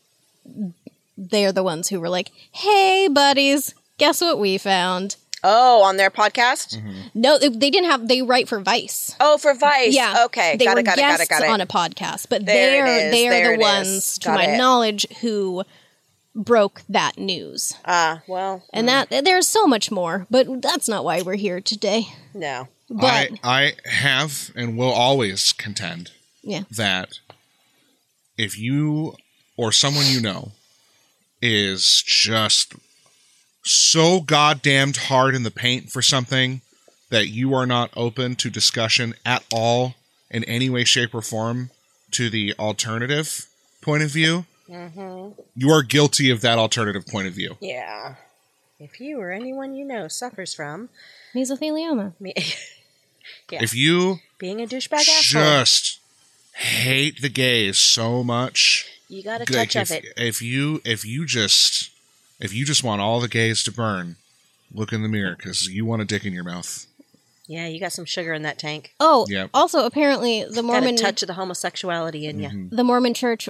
Speaker 1: they are the ones who were like, "Hey, buddies, guess what we found."
Speaker 3: Oh, on their podcast.
Speaker 1: No, they they didn't have. They write for Vice.
Speaker 3: Oh, for Vice.
Speaker 1: Yeah.
Speaker 3: Okay.
Speaker 1: They
Speaker 3: got
Speaker 1: were
Speaker 3: it. Got it. Got
Speaker 1: guests
Speaker 3: it. Got it.
Speaker 1: on a podcast, but they
Speaker 3: There it
Speaker 1: are
Speaker 3: is,
Speaker 1: they
Speaker 3: there
Speaker 1: are
Speaker 3: it
Speaker 1: the
Speaker 3: is.
Speaker 1: ones, to
Speaker 3: Got
Speaker 1: my
Speaker 3: it.
Speaker 1: knowledge, who broke that news.
Speaker 3: Ah, well,
Speaker 1: And that there's so much more, but that's not why we're here today.
Speaker 3: no.
Speaker 1: But
Speaker 2: I, I have and will always contend
Speaker 1: yeah,
Speaker 2: that if you or someone you know is just so goddamned hard in the paint for something that you are not open to discussion at all in any way, shape, or form to the alternative point of view, you are guilty of that alternative point of view.
Speaker 3: Mm-hmm. Yeah. If you or anyone you know suffers from
Speaker 1: mesothelioma.
Speaker 3: me- Yeah.
Speaker 2: If you
Speaker 3: being a douchebag asshole,
Speaker 2: just hate the gays so much,
Speaker 3: you got a
Speaker 2: like,
Speaker 3: touch of
Speaker 2: if,
Speaker 3: it.
Speaker 2: if you if you just if you just want all the gays to burn, look in the mirror because you want a dick in your mouth.
Speaker 3: Yeah, you got some sugar in that tank.
Speaker 1: Oh,
Speaker 2: Yep.
Speaker 1: also apparently the
Speaker 3: Got
Speaker 1: Mormon
Speaker 3: a touch of the homosexuality in you.
Speaker 2: Mm-hmm.
Speaker 1: the Mormon Church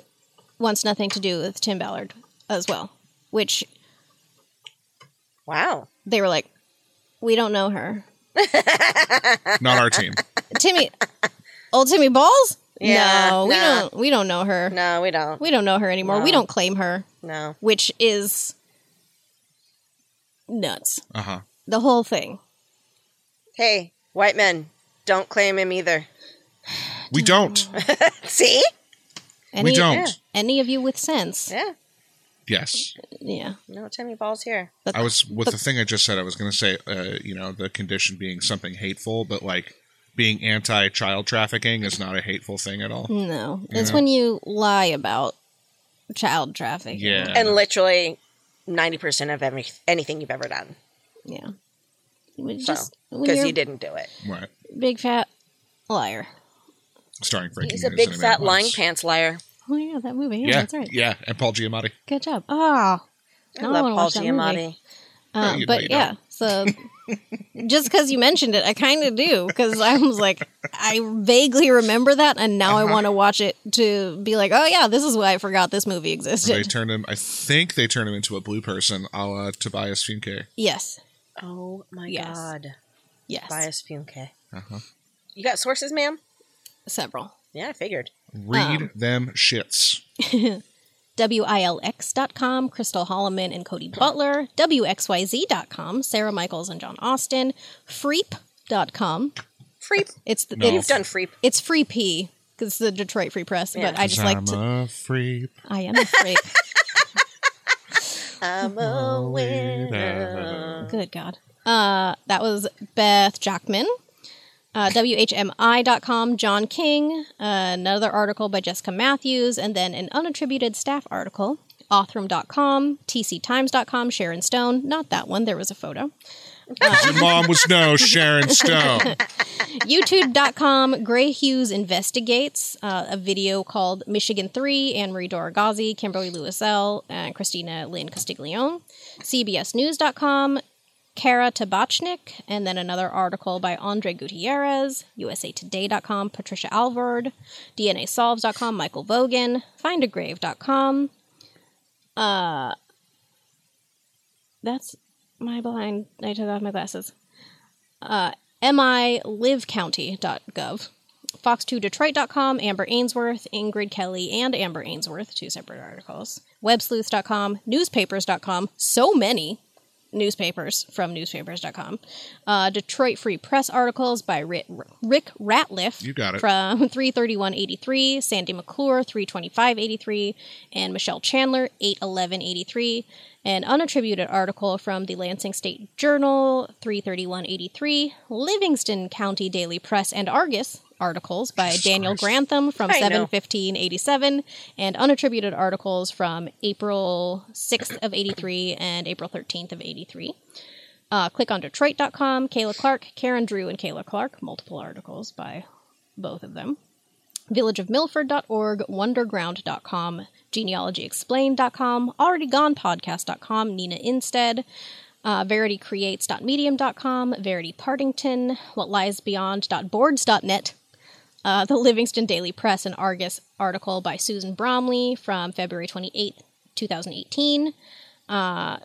Speaker 1: wants nothing to do with Tim Ballard as well, which
Speaker 3: Wow.
Speaker 1: they were like, we don't know her.
Speaker 2: Not our team.
Speaker 1: Timmy, old Timmy Balls?
Speaker 3: Yeah,
Speaker 1: no, we
Speaker 3: nah.
Speaker 1: don't. We don't know her.
Speaker 3: No, we don't.
Speaker 1: We don't know her anymore. We
Speaker 3: No.
Speaker 1: don't claim her,
Speaker 3: No.
Speaker 1: which is nuts.
Speaker 2: Uh huh.
Speaker 1: The whole thing.
Speaker 3: Hey, white men, don't claim him either.
Speaker 2: We don't.
Speaker 3: See?
Speaker 1: Any,
Speaker 2: We don't.
Speaker 3: yeah.
Speaker 1: Any of you with sense?
Speaker 3: Yeah.
Speaker 2: Yes.
Speaker 1: Yeah.
Speaker 3: No Timmy Ball's here.
Speaker 1: But
Speaker 2: I was with the thing I just said. I was going to say, uh, you know, the condition being something hateful, but like being anti-child trafficking is not a hateful thing at all.
Speaker 1: no, it's
Speaker 2: Yeah.
Speaker 1: when you lie about child trafficking.
Speaker 2: Yeah.
Speaker 3: And literally 90% of every, anything you've ever done.
Speaker 1: Yeah. When you
Speaker 3: So,
Speaker 1: just when
Speaker 3: Because
Speaker 1: you're
Speaker 3: he didn't do it.
Speaker 2: Right.
Speaker 1: a big fat liar.
Speaker 2: Starring Frankie.
Speaker 3: He's a
Speaker 2: Muniz
Speaker 3: big
Speaker 2: and
Speaker 3: fat
Speaker 2: Amanda
Speaker 3: lying
Speaker 2: Bynes.
Speaker 3: pants liar.
Speaker 1: Oh yeah, that movie. Yeah,
Speaker 2: Yeah.
Speaker 1: that's right.
Speaker 2: Yeah. And Paul Giamatti.
Speaker 1: Good job. Ah.
Speaker 3: I
Speaker 1: Now I
Speaker 3: love
Speaker 1: wanna
Speaker 3: Paul
Speaker 1: watch that movie.
Speaker 3: Giamatti.
Speaker 1: Um,
Speaker 2: you- no,
Speaker 1: but
Speaker 2: you
Speaker 1: yeah, so just because you mentioned it, I kind of do because I was like, I vaguely remember that, and now
Speaker 2: Uh-huh.
Speaker 1: I want to watch it to be like, oh yeah, this is why I forgot this movie
Speaker 2: They
Speaker 1: existed.
Speaker 2: turn him. I think they turn him into a blue person, a la Tobias Funke.
Speaker 1: Yes,
Speaker 3: Oh my
Speaker 1: Yes.
Speaker 3: God.
Speaker 1: yes,
Speaker 3: Bias Funke.
Speaker 2: Uh-huh.
Speaker 3: You got sources, ma'am?
Speaker 1: several.
Speaker 3: Yeah, I figured.
Speaker 2: Read
Speaker 1: Um.
Speaker 2: them shits.
Speaker 1: WILX.com, Crystal Holloman and Cody Butler, WXYZ.com, Sarah Michaels and John Austin, Freep.com.
Speaker 3: Freep.
Speaker 1: It's the,
Speaker 2: No.
Speaker 1: it's,
Speaker 3: You've done Freep.
Speaker 1: it's Free P because it's the Detroit Free Press, but
Speaker 3: Yeah.
Speaker 1: I just
Speaker 2: 'Cause
Speaker 1: like
Speaker 2: I'm
Speaker 1: to.
Speaker 2: a freak.
Speaker 1: I am a freak.
Speaker 3: I'm a
Speaker 2: Oh,
Speaker 3: winner.
Speaker 1: Good God. Uh, that was Beth Jackman. Uh, WHMI.com, John King, uh, another article by Jessica Matthews, and then an unattributed staff article. Authrum.com, TCTimes.com, Sharon Stone. Not that one, there was a photo.
Speaker 2: 'Cause Your mom was no Sharon Stone.
Speaker 1: YouTube.com, Gray Hughes Investigates, uh, a video called Michigan 3, Anne Marie Doragazi, Kimberly Lewisell, and Christina Lynn Castiglione. CBSNews.com, Kara Tabachnik, and then another article by Andre Gutierrez, USAToday.com, Patricia Alvord, DNASolves.com, Michael Vogan, FindAGrave.com. Uh, that's my blind. I took off my glasses milivecounty.gov, fox2detroit.com, Amber Ainsworth, Ingrid Kelly, and Amber Ainsworth, two separate articles, websleuths.com, newspapers.com, so many newspapers from newspapers.com, uh, Detroit Free Press articles by Rick, Rick Ratliff
Speaker 2: You got it.
Speaker 1: from 33183, Sandy McClure 32583, and Michelle Chandler 81183. An unattributed article from the Lansing State Journal 33183, Livingston County Daily Press and Argus articles by Daniel
Speaker 2: Christ.
Speaker 1: Grantham from
Speaker 3: I know.
Speaker 1: 71587 and unattributed articles from April 6th of 83 and April 13th of 83. Uh, click on Detroit.com, Kayla Clark, Karen Drew, and Kayla Clark, multiple articles by both of them. Villageofmilford.org, wonderground.com, genealogyexplained.com, alreadygonepodcast.com, Nina Instead, uh, veritycreates.medium.com, Verity Partington, whatliesbeyond.boards.net, uh, the Livingston Daily Press and Argus article by Susan Bromley from February 28, 2018, uh,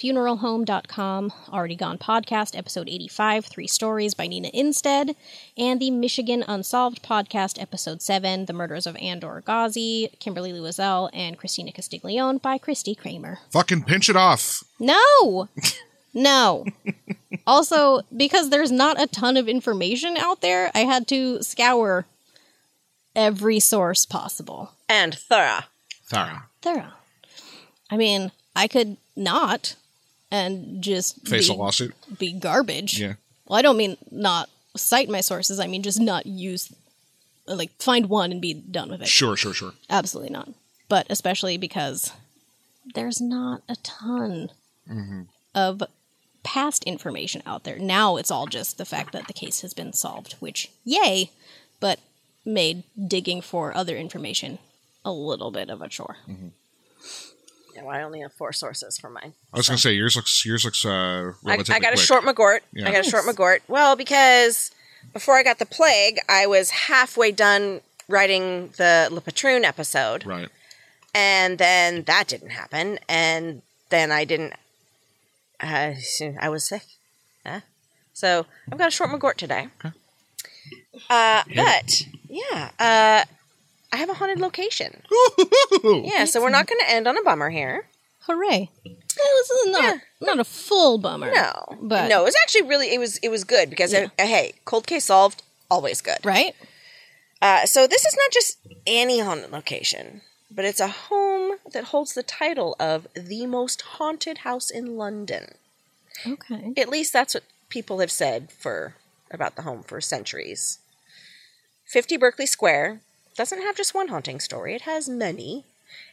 Speaker 1: charlesstepfuneralhome.com, Already Gone Podcast, Episode 85, Three Stories by Nina Instead, and the Michigan Unsolved Podcast, Episode 7, The Murders of Andor Ghazi, Kimberly Louiselle, and Christina Castiglione by Christy Kramer.
Speaker 2: Fucking pinch it off.
Speaker 1: No. No. also, because there's not a ton of information out there, I had to scour every source possible.
Speaker 3: And thorough.
Speaker 2: Thara.
Speaker 1: Thorough. I mean, I could not and just
Speaker 2: Face
Speaker 1: be,
Speaker 2: a lawsuit.
Speaker 1: be garbage.
Speaker 2: Yeah.
Speaker 1: Well, I don't mean not cite my sources. I mean just not use like find one and be done with it.
Speaker 2: Sure, sure, sure.
Speaker 1: Absolutely not. But especially because there's not a ton of past information out there. Now it's all just the fact that the case has been solved, which, yay, but made digging for other information a little bit of a chore.
Speaker 3: No, I only have four sources for mine.
Speaker 2: I was gonna say yours looks yours looks uh
Speaker 3: I, I
Speaker 2: relatively
Speaker 3: got a
Speaker 2: quick.
Speaker 3: short McGort.
Speaker 2: Yeah.
Speaker 3: I got a short McGort. Well, because before I got the plague, I was halfway done writing the Le Patroon episode.
Speaker 2: Right.
Speaker 3: And then that didn't happen. And then I didn't. Uh, I was sick. Huh? So I've got a short McGort today. Uh, but, yeah, uh, I have a haunted location. Yeah, so we're not going to end on a bummer here.
Speaker 1: Hooray. This is not not a full bummer.
Speaker 3: No,
Speaker 1: but
Speaker 3: no, it was actually really it was it was good because uh hey, cold case solved, always good.
Speaker 1: right.
Speaker 3: Uh, so this is not just any haunted location, but it's a home that holds the title of the most haunted house in London.
Speaker 1: Okay.
Speaker 3: At least that's what people have said for about the home for centuries. 50 Berkeley Square doesn't have just one haunting story, it has many.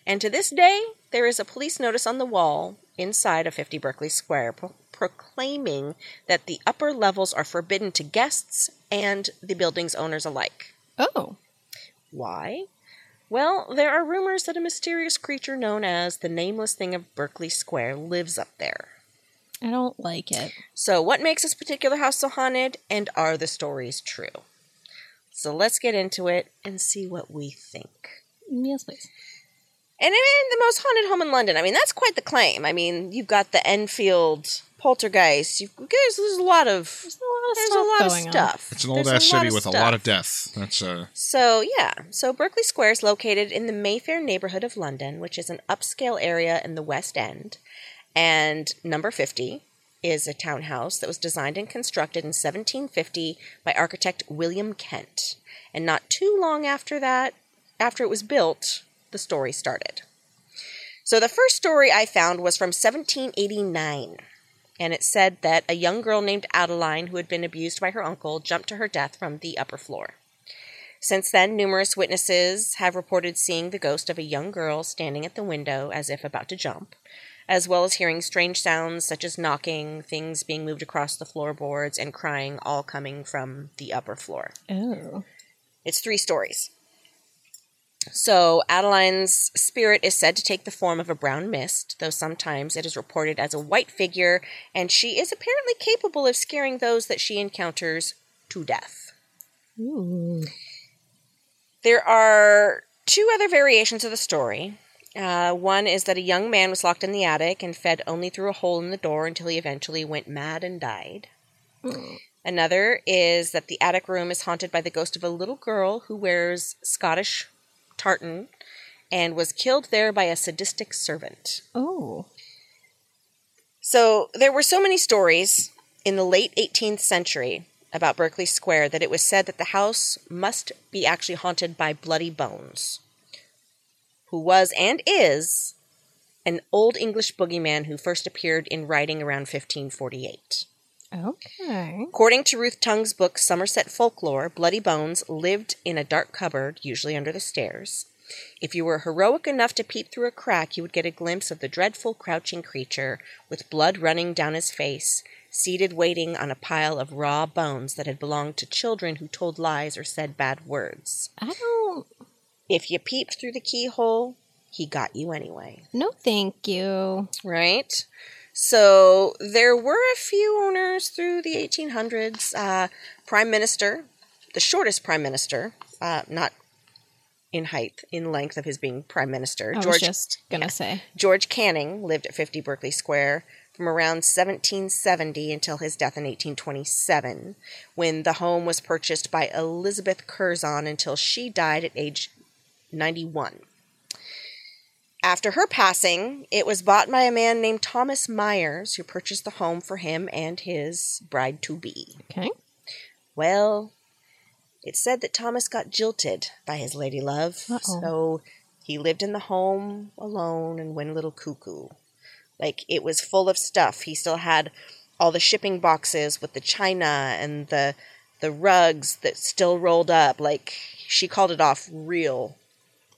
Speaker 3: And to this day, there is a police notice on the wall inside of 50 Berkeley Square pro- proclaiming that the upper levels are forbidden to guests and the building's owners alike.
Speaker 1: Oh.
Speaker 3: Why? Well, there are rumors that a mysterious creature known as the Nameless Thing of Berkeley Square lives up there.
Speaker 1: I don't like it.
Speaker 3: So, what makes this particular house so haunted, and are the stories true? So, let's get into it and see what we think.
Speaker 1: Yes, please.
Speaker 3: And I mean, the most haunted home in London. I mean, that's quite the claim. I mean, you've got the Enfield poltergeist. You've, there's, there's a lot of
Speaker 1: There's a lot of
Speaker 3: there's
Speaker 1: stuff
Speaker 3: a lot of
Speaker 1: going on.
Speaker 3: stuff.
Speaker 2: It's an old
Speaker 3: There's
Speaker 2: ass
Speaker 3: lot
Speaker 2: city
Speaker 3: of
Speaker 2: with a
Speaker 3: stuff.
Speaker 2: lot of death. That's uh
Speaker 3: So, yeah. So, Berkeley Square is located in the Mayfair neighborhood of London, which is an upscale area in the West End. And number 50 is a townhouse that was designed and constructed in 1750 by architect William Kent. And not too long after that, after it was built, the story started. So, the first story I found was from 1789 and it said that a young girl named Adeline, who had been abused by her uncle, jumped to her death from the upper floor. Since then, numerous witnesses have reported seeing the ghost of a young girl standing at the window as if about to jump, as well as hearing strange sounds such as knocking, things being moved across the floorboards, and crying, all coming from the upper floor.
Speaker 1: Oh.
Speaker 3: It's three stories. So, Adeline's spirit is said to take the form of a brown mist, though sometimes it is reported as a white figure, and she is apparently capable of scaring those that she encounters to death.
Speaker 1: Ooh.
Speaker 3: There are two other variations of the story. Uh, one is that a young man was locked in the attic and fed only through a hole in the door until he eventually went mad and died.
Speaker 1: Mm.
Speaker 3: Another is that the attic room is haunted by the ghost of a little girl who wears Scottish tartan and was killed there by a sadistic servant.
Speaker 1: Oh.
Speaker 3: So there were so many stories in the late 18th century about Berkeley Square that it was said that the house must be actually haunted by Bloody Bones, who was and is an old English boogeyman who first appeared in writing around 1548.
Speaker 1: Okay.
Speaker 3: According to Ruth Tung's book Somerset Folklore, Bloody Bones lived in a dark cupboard, usually under the stairs. If you were heroic enough to peep through a crack, you would get a glimpse of the dreadful crouching creature, with blood running down his face, seated waiting on a pile of raw bones that had belonged to children who told lies or said bad words.
Speaker 1: I don't.
Speaker 3: If you peeped through the keyhole, he got you anyway.
Speaker 1: No, thank you.
Speaker 3: Right. So there were a few owners through the 1800s. Uh, prime minister, the shortest prime minister, uh, not in height, in length of his being prime minister,
Speaker 1: I was
Speaker 3: George
Speaker 1: Oh, just gonna say.
Speaker 3: George Canning lived at 50 Berkeley Square from around 1770 until his death in 1827, when the home was purchased by Elizabeth Curzon until she died at age 91. After her passing, it was bought by a man named Thomas Myers, who purchased the home for him and his bride to be.
Speaker 1: Okay.
Speaker 3: Well, it's said that Thomas got jilted by his lady love,
Speaker 1: Uh-oh.
Speaker 3: so he lived in the home alone and went a little cuckoo. Like it was full of stuff. He still had all the shipping boxes with the china and the the rugs that still rolled up. Like she called it off real,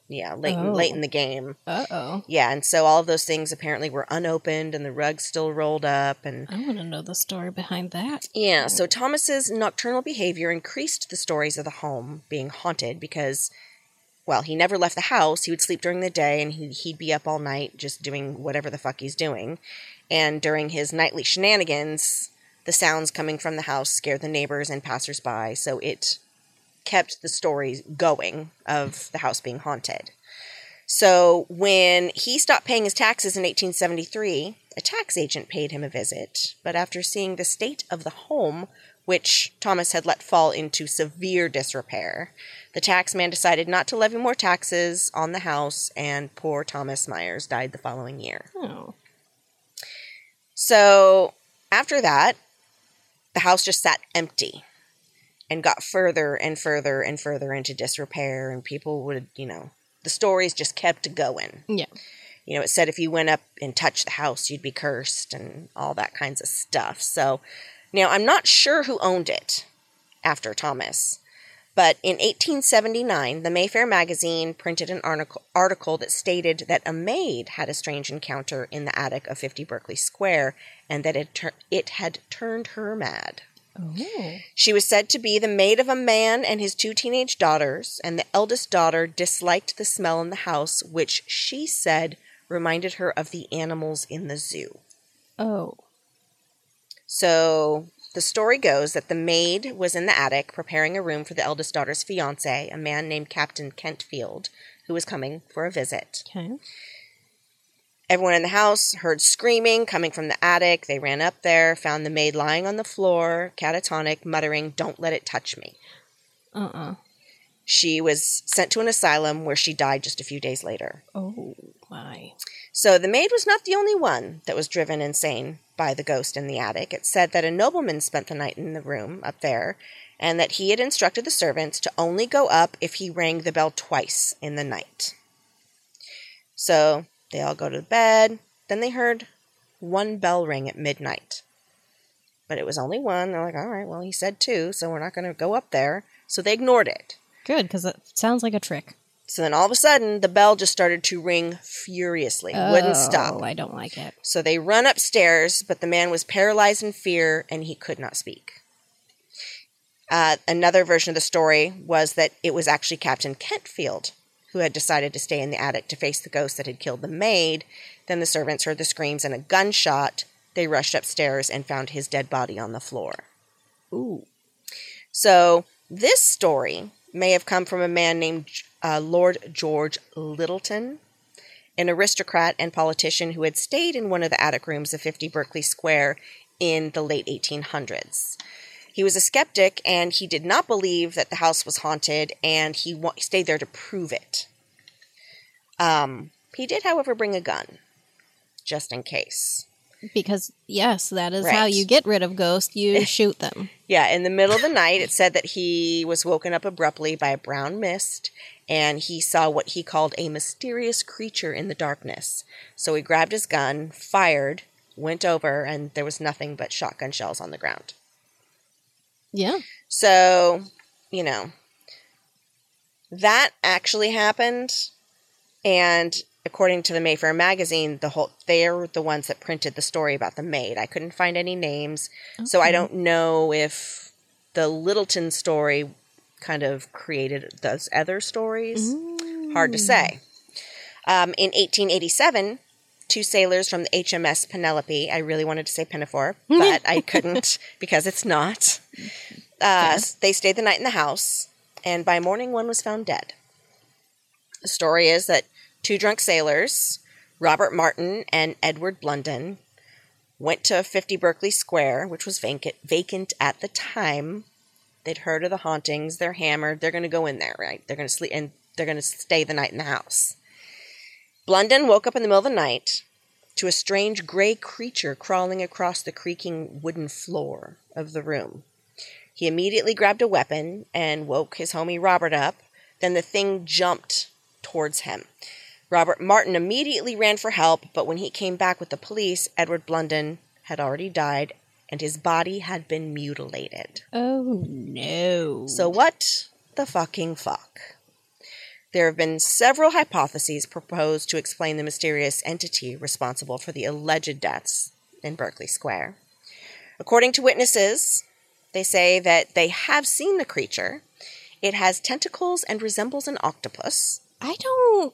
Speaker 3: yeah, late
Speaker 1: Oh.
Speaker 3: late in the game.
Speaker 1: Uh oh.
Speaker 3: Yeah, and so all of those things apparently were unopened and the rugs still rolled up and
Speaker 1: I want to know the story behind that.
Speaker 3: yeah, so Thomas's nocturnal behavior increased the stories of the home being haunted because well, he never left the house. He would sleep during the day and he, he'd be up all night just doing whatever the fuck he's doing. And during his nightly shenanigans, the sounds coming from the house scared the neighbors and passersby, so it kept the stories going of the house being haunted. So when he stopped paying his taxes in 1873, a tax agent paid him a visit, but after seeing the state of the home, which Thomas had let fall into severe disrepair, the tax man decided not to levy more taxes on the house, and poor Thomas Myers died the following year.
Speaker 1: Oh.
Speaker 3: So after that, the house just sat empty and got further and further and further into disrepair. And people would, you know, the stories just kept going.
Speaker 1: Yeah.
Speaker 3: You know, it said if you went up and touched the house, you'd be cursed and all that kinds of stuff. So now I'm not sure who owned it after Thomas. But in 1879, the Mayfair magazine printed an article, article that stated that a maid had a strange encounter in the attic of 50 Berkeley Square and that it, tur- it had turned her mad.
Speaker 1: Oh.
Speaker 3: She was said to be the maid of a man and his two teenage daughters, and the eldest daughter disliked the smell in the house, which she said reminded her of the animals in the zoo.
Speaker 1: Oh.
Speaker 3: So the story goes that the maid was in the attic preparing a room for the eldest daughter's fiance, a man named Captain Kentfield, who was coming for a visit.
Speaker 1: Okay.
Speaker 3: Everyone in the house heard screaming coming from the attic. They ran up there, found the maid lying on the floor, catatonic, muttering, Don't let it touch me.
Speaker 1: Uh uh
Speaker 3: She was sent to an asylum where she died just a few days later.
Speaker 1: Oh my.
Speaker 3: So the maid was not the only one that was driven insane by the ghost in the attic. It said that a nobleman spent the night in the room up there and that he had instructed the servants to only go up if he rang the bell twice in the night. So they all go to bed. Then they heard one bell ring at midnight. But it was only one. They're like, all right, well, he said two, so we're not going to go up there. So they ignored it.
Speaker 1: Good, because that sounds like a trick.
Speaker 3: So then all of a sudden, the bell just started to ring furiously, wouldn't
Speaker 1: Oh,
Speaker 3: stop.
Speaker 1: I don't like it.
Speaker 3: So they run upstairs, but the man was paralyzed in fear and he could not speak. Uh, another version of the story was that it was actually Captain Kentfield who had decided to stay in the attic to face the ghost that had killed the maid. Then the servants heard the screams and a gunshot. They rushed upstairs and found his dead body on the floor.
Speaker 1: Ooh.
Speaker 3: So this story may have come from a man named uh, Lord George Littleton, an aristocrat and politician who had stayed in one of the attic rooms of 50 Berkeley Square in the late 1800s. He was a skeptic and he did not believe that the house was haunted, and he wa- stayed there to prove it. Um, he did, however, bring a gun, just in case.
Speaker 1: Because yes, that is how
Speaker 3: Right.
Speaker 1: you get rid of ghosts. You shoot them.
Speaker 3: Yeah, in the middle of the night, it said that he was woken up abruptly by a brown mist and he saw what he called a mysterious creature in the darkness. So he grabbed his gun, fired, went over, and there was nothing but shotgun shells on the ground.
Speaker 1: Yeah.
Speaker 3: So, you know, that actually happened. And according to the Mayfair magazine, the whole they're the ones that printed the story about the maid. I couldn't find any names, so I don't know if the Littleton story kind of created those other
Speaker 1: Mm-hmm.
Speaker 3: stories.
Speaker 1: Mm.
Speaker 3: Hard to say. Um, in 1887, two sailors from the HMS Penelope. I really wanted to say Pinafore, but I couldn't because it's not. Uh, They stayed the night in the house, and by morning, one was found dead. The story is that two drunk sailors, Robert Martin and Edward Blunden, went to 50 Berkeley Square, which was vacant, vacant at the time. They'd heard of the hauntings. They're hammered. They're going to go in there, right? They're going to sleep and they're going to stay the night in the house. Blunden woke up in the middle of the night to a strange gray creature crawling across the creaking wooden floor of the room. He immediately grabbed a weapon and woke his homie Robert up. Then the thing jumped towards him. Robert Martin immediately ran for help, but when he came back with the police, Edward Blunden had already died and his body had been mutilated.
Speaker 1: Oh no.
Speaker 3: So, what the fucking fuck? There have been several hypotheses proposed to explain the mysterious entity responsible for the alleged deaths in Berkeley Square. According to witnesses, they say that they have seen the creature. It has tentacles and resembles an octopus.
Speaker 1: I don't.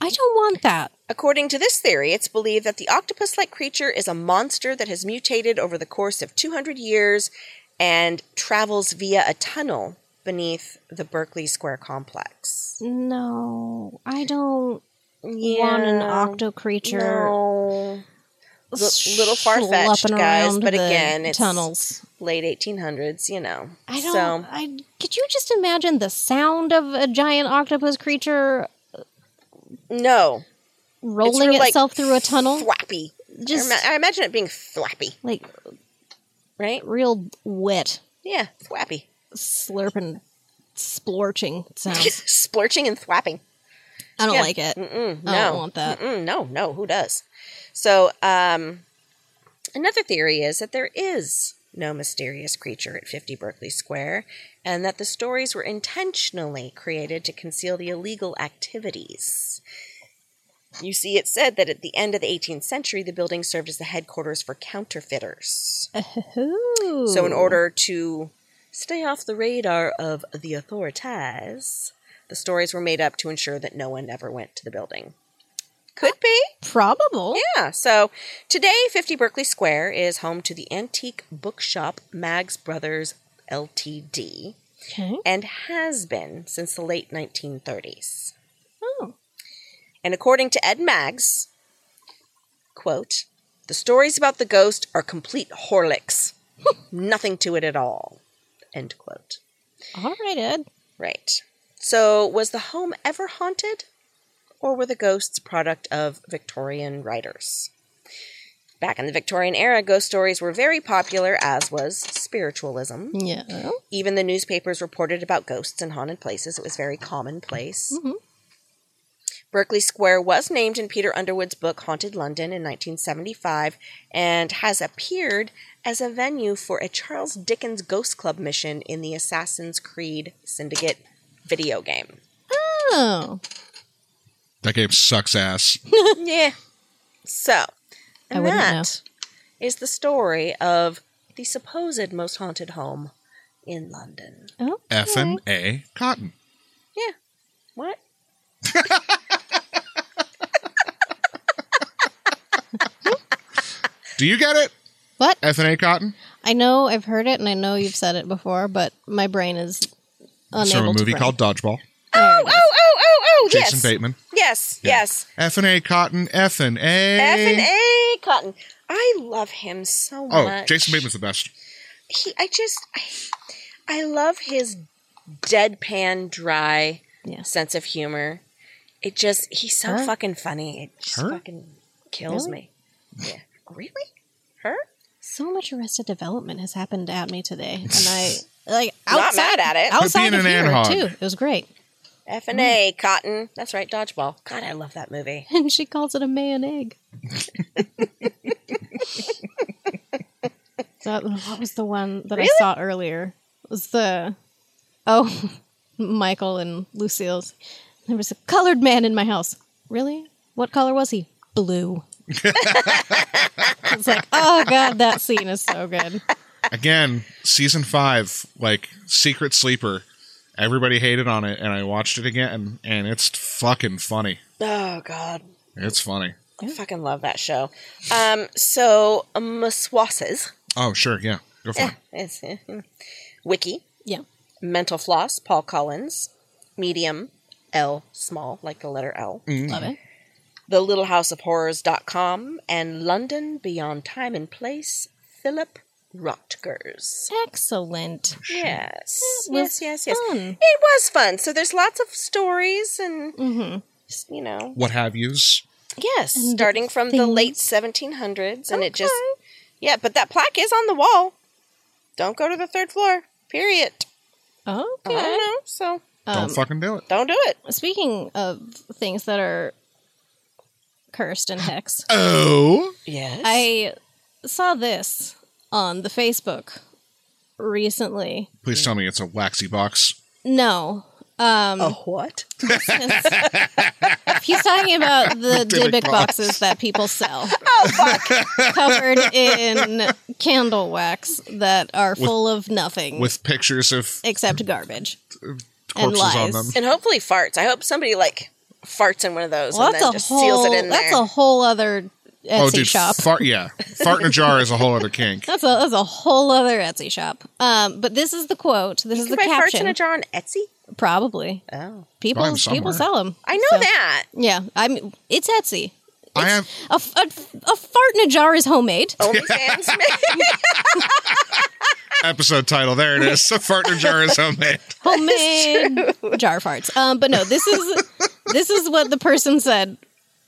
Speaker 1: I don't want that.
Speaker 3: According to this theory, it's believed that the octopus like creature is a monster that has mutated over the course of 200 years and travels via a tunnel beneath the Berkeley Square complex.
Speaker 1: No, I don't want an octo creature
Speaker 3: No. Li-
Speaker 1: s-
Speaker 3: little far-fetched,
Speaker 1: schlepping
Speaker 3: guys,
Speaker 1: around
Speaker 3: but
Speaker 1: the
Speaker 3: again, it's-
Speaker 1: tunnels.
Speaker 3: Late 1800s, you know.
Speaker 1: I don't.
Speaker 3: So,
Speaker 1: I could you just imagine the sound of a giant octopus creature
Speaker 3: no.
Speaker 1: rolling
Speaker 3: like,
Speaker 1: itself through a tunnel?
Speaker 3: Flappy.
Speaker 1: Just
Speaker 3: I ima- I imagine it being thwappy,
Speaker 1: like
Speaker 3: right?
Speaker 1: real wet,
Speaker 3: Yeah, thwappy.
Speaker 1: slurping, splorching sounds.
Speaker 3: Splurching and thwapping.
Speaker 1: I don't
Speaker 3: Yeah.
Speaker 1: like it.
Speaker 3: Mm-mm, no.
Speaker 1: I don't want that.
Speaker 3: Mm-mm, no, no, who does? So, um, another theory is that there is no mysterious creature at 50 Berkeley Square and that the stories were intentionally created to conceal the illegal activities. You see, it said that at the end of the 18th century, the building served as the headquarters for counterfeiters. So, in order to stay off the radar of the authorities, the stories were made up to ensure that no one ever went to the building. Could be.
Speaker 1: probable,
Speaker 3: Yeah. So today, 50 Berkeley Square is home to the antique bookshop Mags Brothers LTD
Speaker 1: okay.
Speaker 3: and has been since the late 1930s.
Speaker 1: Oh,
Speaker 3: And according to Ed Maggs, quote, the stories about the ghost are complete horlicks. Nothing to it at all. End quote.
Speaker 1: all right, Ed.
Speaker 3: Right. So was the home ever haunted? Or were the ghosts product of Victorian writers? Back in the Victorian era, ghost stories were very popular, as was spiritualism
Speaker 1: Yeah.
Speaker 3: even the newspapers reported about ghosts and haunted places. It was very commonplace.
Speaker 1: Mhm.
Speaker 3: Berkeley Square was named in Peter Underwood's book Haunted London in 1975 and has appeared as a venue for a Charles Dickens Ghost Club mission in the Assassin's Creed Syndicate video game.
Speaker 1: Oh,
Speaker 2: That game sucks ass.
Speaker 3: yeah. So,
Speaker 1: I
Speaker 3: and
Speaker 1: wouldn't know.
Speaker 3: that is the story of the supposed most haunted home in London.
Speaker 1: oh,
Speaker 2: FM A Cotton.
Speaker 3: What?
Speaker 2: Do you get it?
Speaker 1: What?
Speaker 2: FNA Cotton?
Speaker 1: I know I've heard it, and I know you've said it before, but my brain is unable
Speaker 2: from a
Speaker 1: to
Speaker 2: movie
Speaker 1: brain.
Speaker 2: called Dodgeball.
Speaker 1: There it
Speaker 3: Oh, oh, oh, oh, yes.
Speaker 2: Jason Bateman.
Speaker 3: Yes,
Speaker 2: Yeah.
Speaker 3: yes.
Speaker 2: FNA Cotton, FNA.
Speaker 3: F and A Cotton. I love him so
Speaker 2: Mm. Oh,
Speaker 3: much.
Speaker 2: Jason Bateman's the best.
Speaker 3: He, I just, I, I love his deadpan, dry
Speaker 1: Yes.
Speaker 3: sense of humor. It just, he's so
Speaker 1: Her?
Speaker 3: fucking funny. It just
Speaker 2: Her?
Speaker 3: fucking kills
Speaker 1: Really?
Speaker 3: me. Yeah. Really? Her?
Speaker 1: So much arrested development has happened at me today, and I like
Speaker 3: Not
Speaker 1: outside,
Speaker 3: mad at it. But
Speaker 1: Outside
Speaker 2: being
Speaker 1: of
Speaker 2: an
Speaker 1: here
Speaker 2: Anhog.
Speaker 1: too, it was great.
Speaker 3: F and A
Speaker 1: Mm.
Speaker 3: Cotton. That's right, dodgeball. God, I love that movie.
Speaker 1: And she calls it a man egg. that, what was the one that I
Speaker 3: Really?
Speaker 1: saw earlier? It was the oh Michael and Lucille's. There was a colored man in my house. Really? What color was he? Blue. it's like, oh god, that scene is so good.
Speaker 2: Again, season five, like Secret Sleeper. Everybody hated on it, and I watched it again, and it's fucking funny.
Speaker 3: Oh God,
Speaker 2: It's funny.
Speaker 3: I fucking love that show. Um, so Maswasses.
Speaker 2: Oh, sure, yeah. Go for it.
Speaker 3: It's, Wiki.
Speaker 1: Yeah.
Speaker 3: Mental Floss, Paul Collins. Medium, L, small, like the letter L.
Speaker 1: Love it.
Speaker 3: The Little House of Horrors.com. And London Beyond Time and Place, Philip Rutgers.
Speaker 1: Excellent.
Speaker 3: Yes.
Speaker 1: was
Speaker 3: Yes, yes, yes.
Speaker 1: fun.
Speaker 3: It was fun. So there's lots of stories and,
Speaker 1: Mm-hmm.
Speaker 3: you know,
Speaker 2: What have yous?
Speaker 3: yes,
Speaker 1: And
Speaker 3: starting from the late
Speaker 1: things.
Speaker 3: 1700s. And it just, yeah, but that plaque is on the wall. Don't go to the third floor, period. I
Speaker 1: Okay. Um,
Speaker 3: don't know, so
Speaker 2: Don't fucking do it.
Speaker 3: don't do it.
Speaker 1: Speaking of things that are cursed and hex,
Speaker 2: Oh,
Speaker 3: Yes.
Speaker 1: I saw this on the Facebook recently.
Speaker 2: please tell me it's a waxy box.
Speaker 1: No. Um,
Speaker 3: Oh. what?
Speaker 1: He's talking about the
Speaker 2: Dybbuk
Speaker 1: Dybbuk
Speaker 2: box.
Speaker 1: boxes that people sell. Oh, fuck. Covered in candle wax that are full of nothing
Speaker 2: with pictures of
Speaker 1: except garbage.
Speaker 2: corpses on
Speaker 1: lies.
Speaker 2: them.
Speaker 3: And hopefully farts. I hope somebody like farts in one of those
Speaker 1: Well,
Speaker 3: and then
Speaker 1: that's a
Speaker 3: just
Speaker 1: whole.
Speaker 3: seals it in
Speaker 1: that's
Speaker 3: there.
Speaker 1: a whole other Etsy
Speaker 2: oh, dude,
Speaker 1: shop.
Speaker 2: fart. Yeah, fart in a jar is a whole other kink.
Speaker 1: That's a that's a whole other Etsy shop. Um, but this is the quote. This is
Speaker 3: You
Speaker 1: the
Speaker 3: can buy farts in
Speaker 1: caption.
Speaker 3: a jar on Etsy?
Speaker 1: Probably
Speaker 3: Oh.
Speaker 1: people
Speaker 2: Buy 'em
Speaker 1: people
Speaker 2: somewhere.
Speaker 1: sell them.
Speaker 3: I know that.
Speaker 1: Yeah, I mean it's Etsy.
Speaker 2: I have
Speaker 1: A, f- a f- a fart in a jar is homemade.
Speaker 3: Only Sam Smith.
Speaker 2: episode title. There it is. A fart in a jar is homemade.
Speaker 1: Homemade jar farts. Um, but no, this is this is what the person said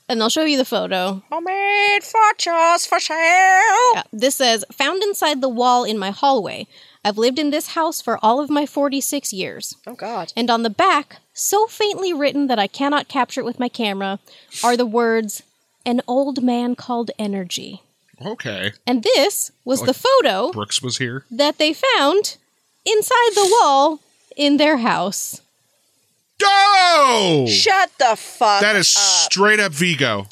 Speaker 1: and they'll show you the photo.
Speaker 3: Homemade fortunes for sale.
Speaker 1: Yeah. This says, found inside the wall in my hallway. I've lived in this house for all of my 46 years.
Speaker 3: Oh God.
Speaker 1: And on the back, so faintly written that I cannot capture it with my camera, are the words, an old man called energy.
Speaker 2: Okay.
Speaker 1: And this was the photo
Speaker 2: Brooks was here.
Speaker 1: that they found inside the wall in their house.
Speaker 2: Go!
Speaker 3: Shut the fuck.
Speaker 2: That is
Speaker 3: up.
Speaker 2: straight up Vigo.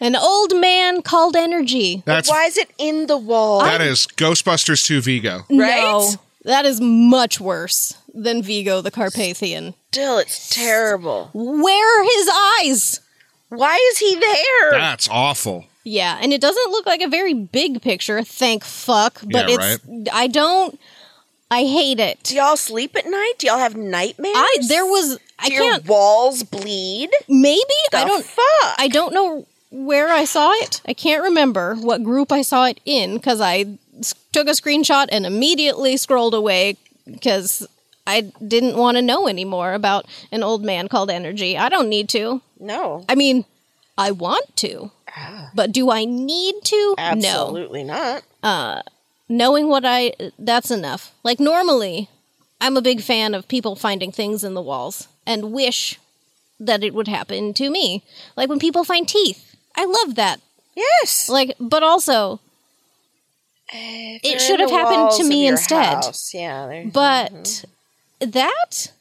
Speaker 1: An old man called energy.
Speaker 2: That's
Speaker 3: Why is it in the wall?
Speaker 2: that is Ghostbusters 2 Vigo.
Speaker 1: No,
Speaker 3: Right?
Speaker 1: that is much worse than Vigo the Carpathian.
Speaker 3: Still, it's terrible.
Speaker 1: Where are his eyes?
Speaker 3: Why is he there?
Speaker 2: That's awful.
Speaker 1: Yeah, and it doesn't look like a very big picture, thank fuck, but
Speaker 2: Yeah,
Speaker 1: it's I don't I hate it.
Speaker 3: Do y'all sleep at night? Do y'all have nightmares?
Speaker 1: I there was I
Speaker 3: Do your
Speaker 1: can't
Speaker 3: walls bleed?
Speaker 1: maybe I
Speaker 3: The
Speaker 1: don't
Speaker 3: fuck.
Speaker 1: I don't know where I saw it. I can't remember what group I saw it in because I s- took a screenshot and immediately scrolled away because I didn't want to know anymore about an old man called Energy. I don't need to.
Speaker 3: no.
Speaker 1: I mean, I want to, but do I need to? No
Speaker 3: Ah. Absolutely not.
Speaker 1: knowing what I that's enough. Like normally, I'm a big fan of people finding things in the walls and wish that it would happen to me. Like when people find teeth. I love that.
Speaker 3: Yes.
Speaker 1: Like but also
Speaker 3: Eh, They're
Speaker 1: it should
Speaker 3: in
Speaker 1: have
Speaker 3: the
Speaker 1: happened
Speaker 3: walls
Speaker 1: to
Speaker 3: of
Speaker 1: me
Speaker 3: your
Speaker 1: instead.
Speaker 3: house. Yeah. they're-
Speaker 1: But that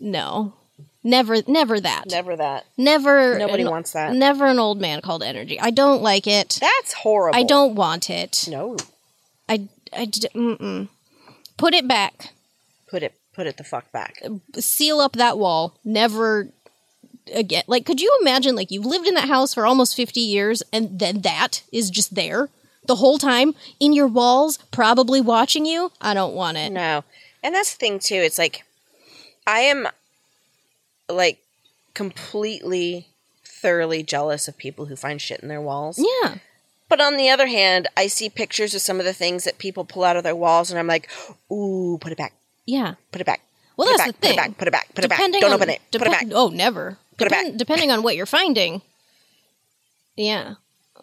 Speaker 1: no. Never never that. Never,
Speaker 3: never that. Nobody
Speaker 1: an-
Speaker 3: wants that.
Speaker 1: Never an old man called energy. I don't like it.
Speaker 3: That's horrible.
Speaker 1: I don't want it.
Speaker 3: No.
Speaker 1: I I d- mm-mm. Put it back.
Speaker 3: Put it. Put it the fuck back.
Speaker 1: seal up that wall never again like could you imagine like you've lived in that house for almost 50 years and then that is just there the whole time in your walls probably watching you i don't want it
Speaker 3: No. And that's the thing too. It's like I am like completely thoroughly jealous of people who find shit in their walls.
Speaker 1: yeah
Speaker 3: But on the other hand, I see pictures of some of the things that people pull out of their walls and I'm like, "Ooh, put it back.
Speaker 1: yeah
Speaker 3: Put it back."
Speaker 1: well
Speaker 3: put it
Speaker 1: that's
Speaker 3: back,
Speaker 1: the thing
Speaker 3: Put it back. Put it back. Put it back. Don't
Speaker 1: on-
Speaker 3: open it. put it back.
Speaker 1: depen- oh never
Speaker 3: Put it
Speaker 1: Depen-
Speaker 3: back.
Speaker 1: depending on what you're finding yeah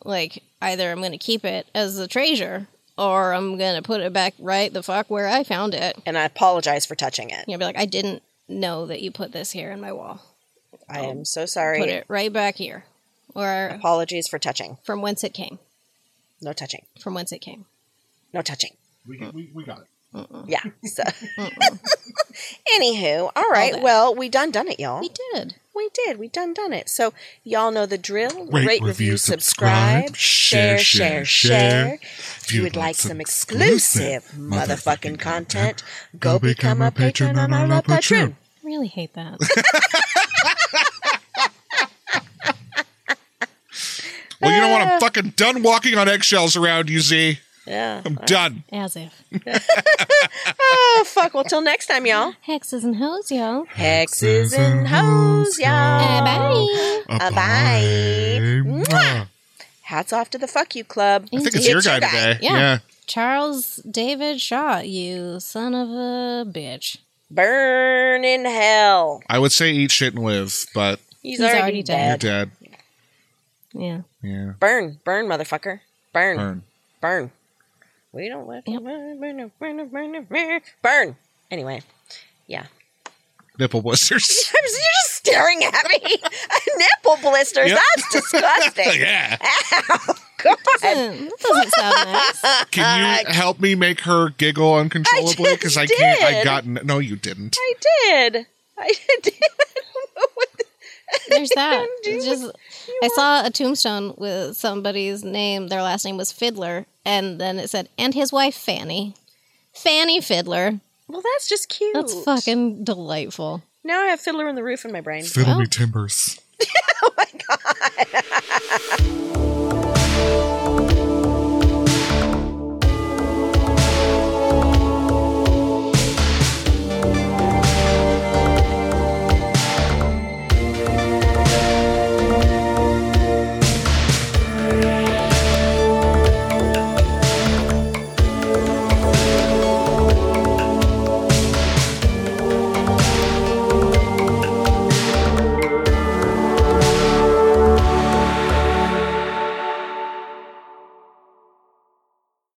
Speaker 1: like either i'm gonna keep it as a treasure or i'm gonna put it back right the fuck where i found it
Speaker 3: And I apologize for touching it.
Speaker 1: you know, be like, I didn't know that you put this here in my wall.
Speaker 3: I am so sorry.
Speaker 1: Put it right back here, or
Speaker 3: Apologies for touching.
Speaker 1: from whence it came.
Speaker 3: No touching.
Speaker 1: From whence it came.
Speaker 3: No touching.
Speaker 2: We, we, we got it.
Speaker 3: Yeah. So Anywho, all right.
Speaker 1: that.
Speaker 3: well, we done done it, y'all.
Speaker 1: We did.
Speaker 3: We did. We done done it. So y'all know the drill.
Speaker 2: Rate,
Speaker 3: Rate,
Speaker 2: review,
Speaker 3: review, subscribe,
Speaker 2: subscribe,
Speaker 3: share,
Speaker 2: share,
Speaker 3: share,
Speaker 2: share.
Speaker 3: share. If you would like some exclusive motherfucking content, go become a patron on our love patron.
Speaker 1: Really hate that.
Speaker 2: Well, you know what?
Speaker 3: Uh.
Speaker 2: I'm fucking done walking on eggshells around you, Z.
Speaker 3: Yeah.
Speaker 2: I'm done.
Speaker 1: As if.
Speaker 3: Oh fuck. Well, till next time, y'all.
Speaker 1: Hexes and hoes, yo.
Speaker 3: Hexes and hoes,
Speaker 1: Uh,
Speaker 3: y'all.
Speaker 1: bye.
Speaker 3: Uh, bye. Mwah. Hats off to the fuck you club.
Speaker 2: I think it's your guy today.
Speaker 1: Yeah. Charles David Shaw, you son of a bitch.
Speaker 3: Burn in hell.
Speaker 2: I would say eat shit and live, but
Speaker 3: He's,
Speaker 1: He's
Speaker 3: already,
Speaker 1: already
Speaker 2: you're
Speaker 3: dead.
Speaker 2: dead.
Speaker 1: Yeah.
Speaker 2: Yeah.
Speaker 3: Burn, burn, motherfucker. Burn.
Speaker 2: Burn.
Speaker 3: burn. We don't let
Speaker 1: Yep.
Speaker 3: burn, burn, burn, burn, burn, burn. Anyway, yeah.
Speaker 2: Nipple blisters.
Speaker 3: You're just staring at me. Nipple blisters.
Speaker 2: Yep.
Speaker 3: That's disgusting.
Speaker 2: yeah.
Speaker 3: Ow, God.
Speaker 1: Hmm, That doesn't sound nice.
Speaker 2: Can you help me make her giggle uncontrollably?
Speaker 3: Uh, I
Speaker 2: Because I,
Speaker 3: just
Speaker 2: can't. I
Speaker 3: did.
Speaker 2: got. n- No, you didn't.
Speaker 3: I did. I did. I don't know what the-
Speaker 1: There's that.
Speaker 3: Don't do
Speaker 1: It's just, I saw a tombstone with somebody's name. Their last name was Fiddler, and then it said, and his wife Fanny. Fanny Fiddler.
Speaker 3: Well, that's just cute.
Speaker 1: That's fucking delightful.
Speaker 3: Now I have Fiddler on the Roof in my brain.
Speaker 2: Fiddle
Speaker 1: Well.
Speaker 2: timbers.
Speaker 3: God.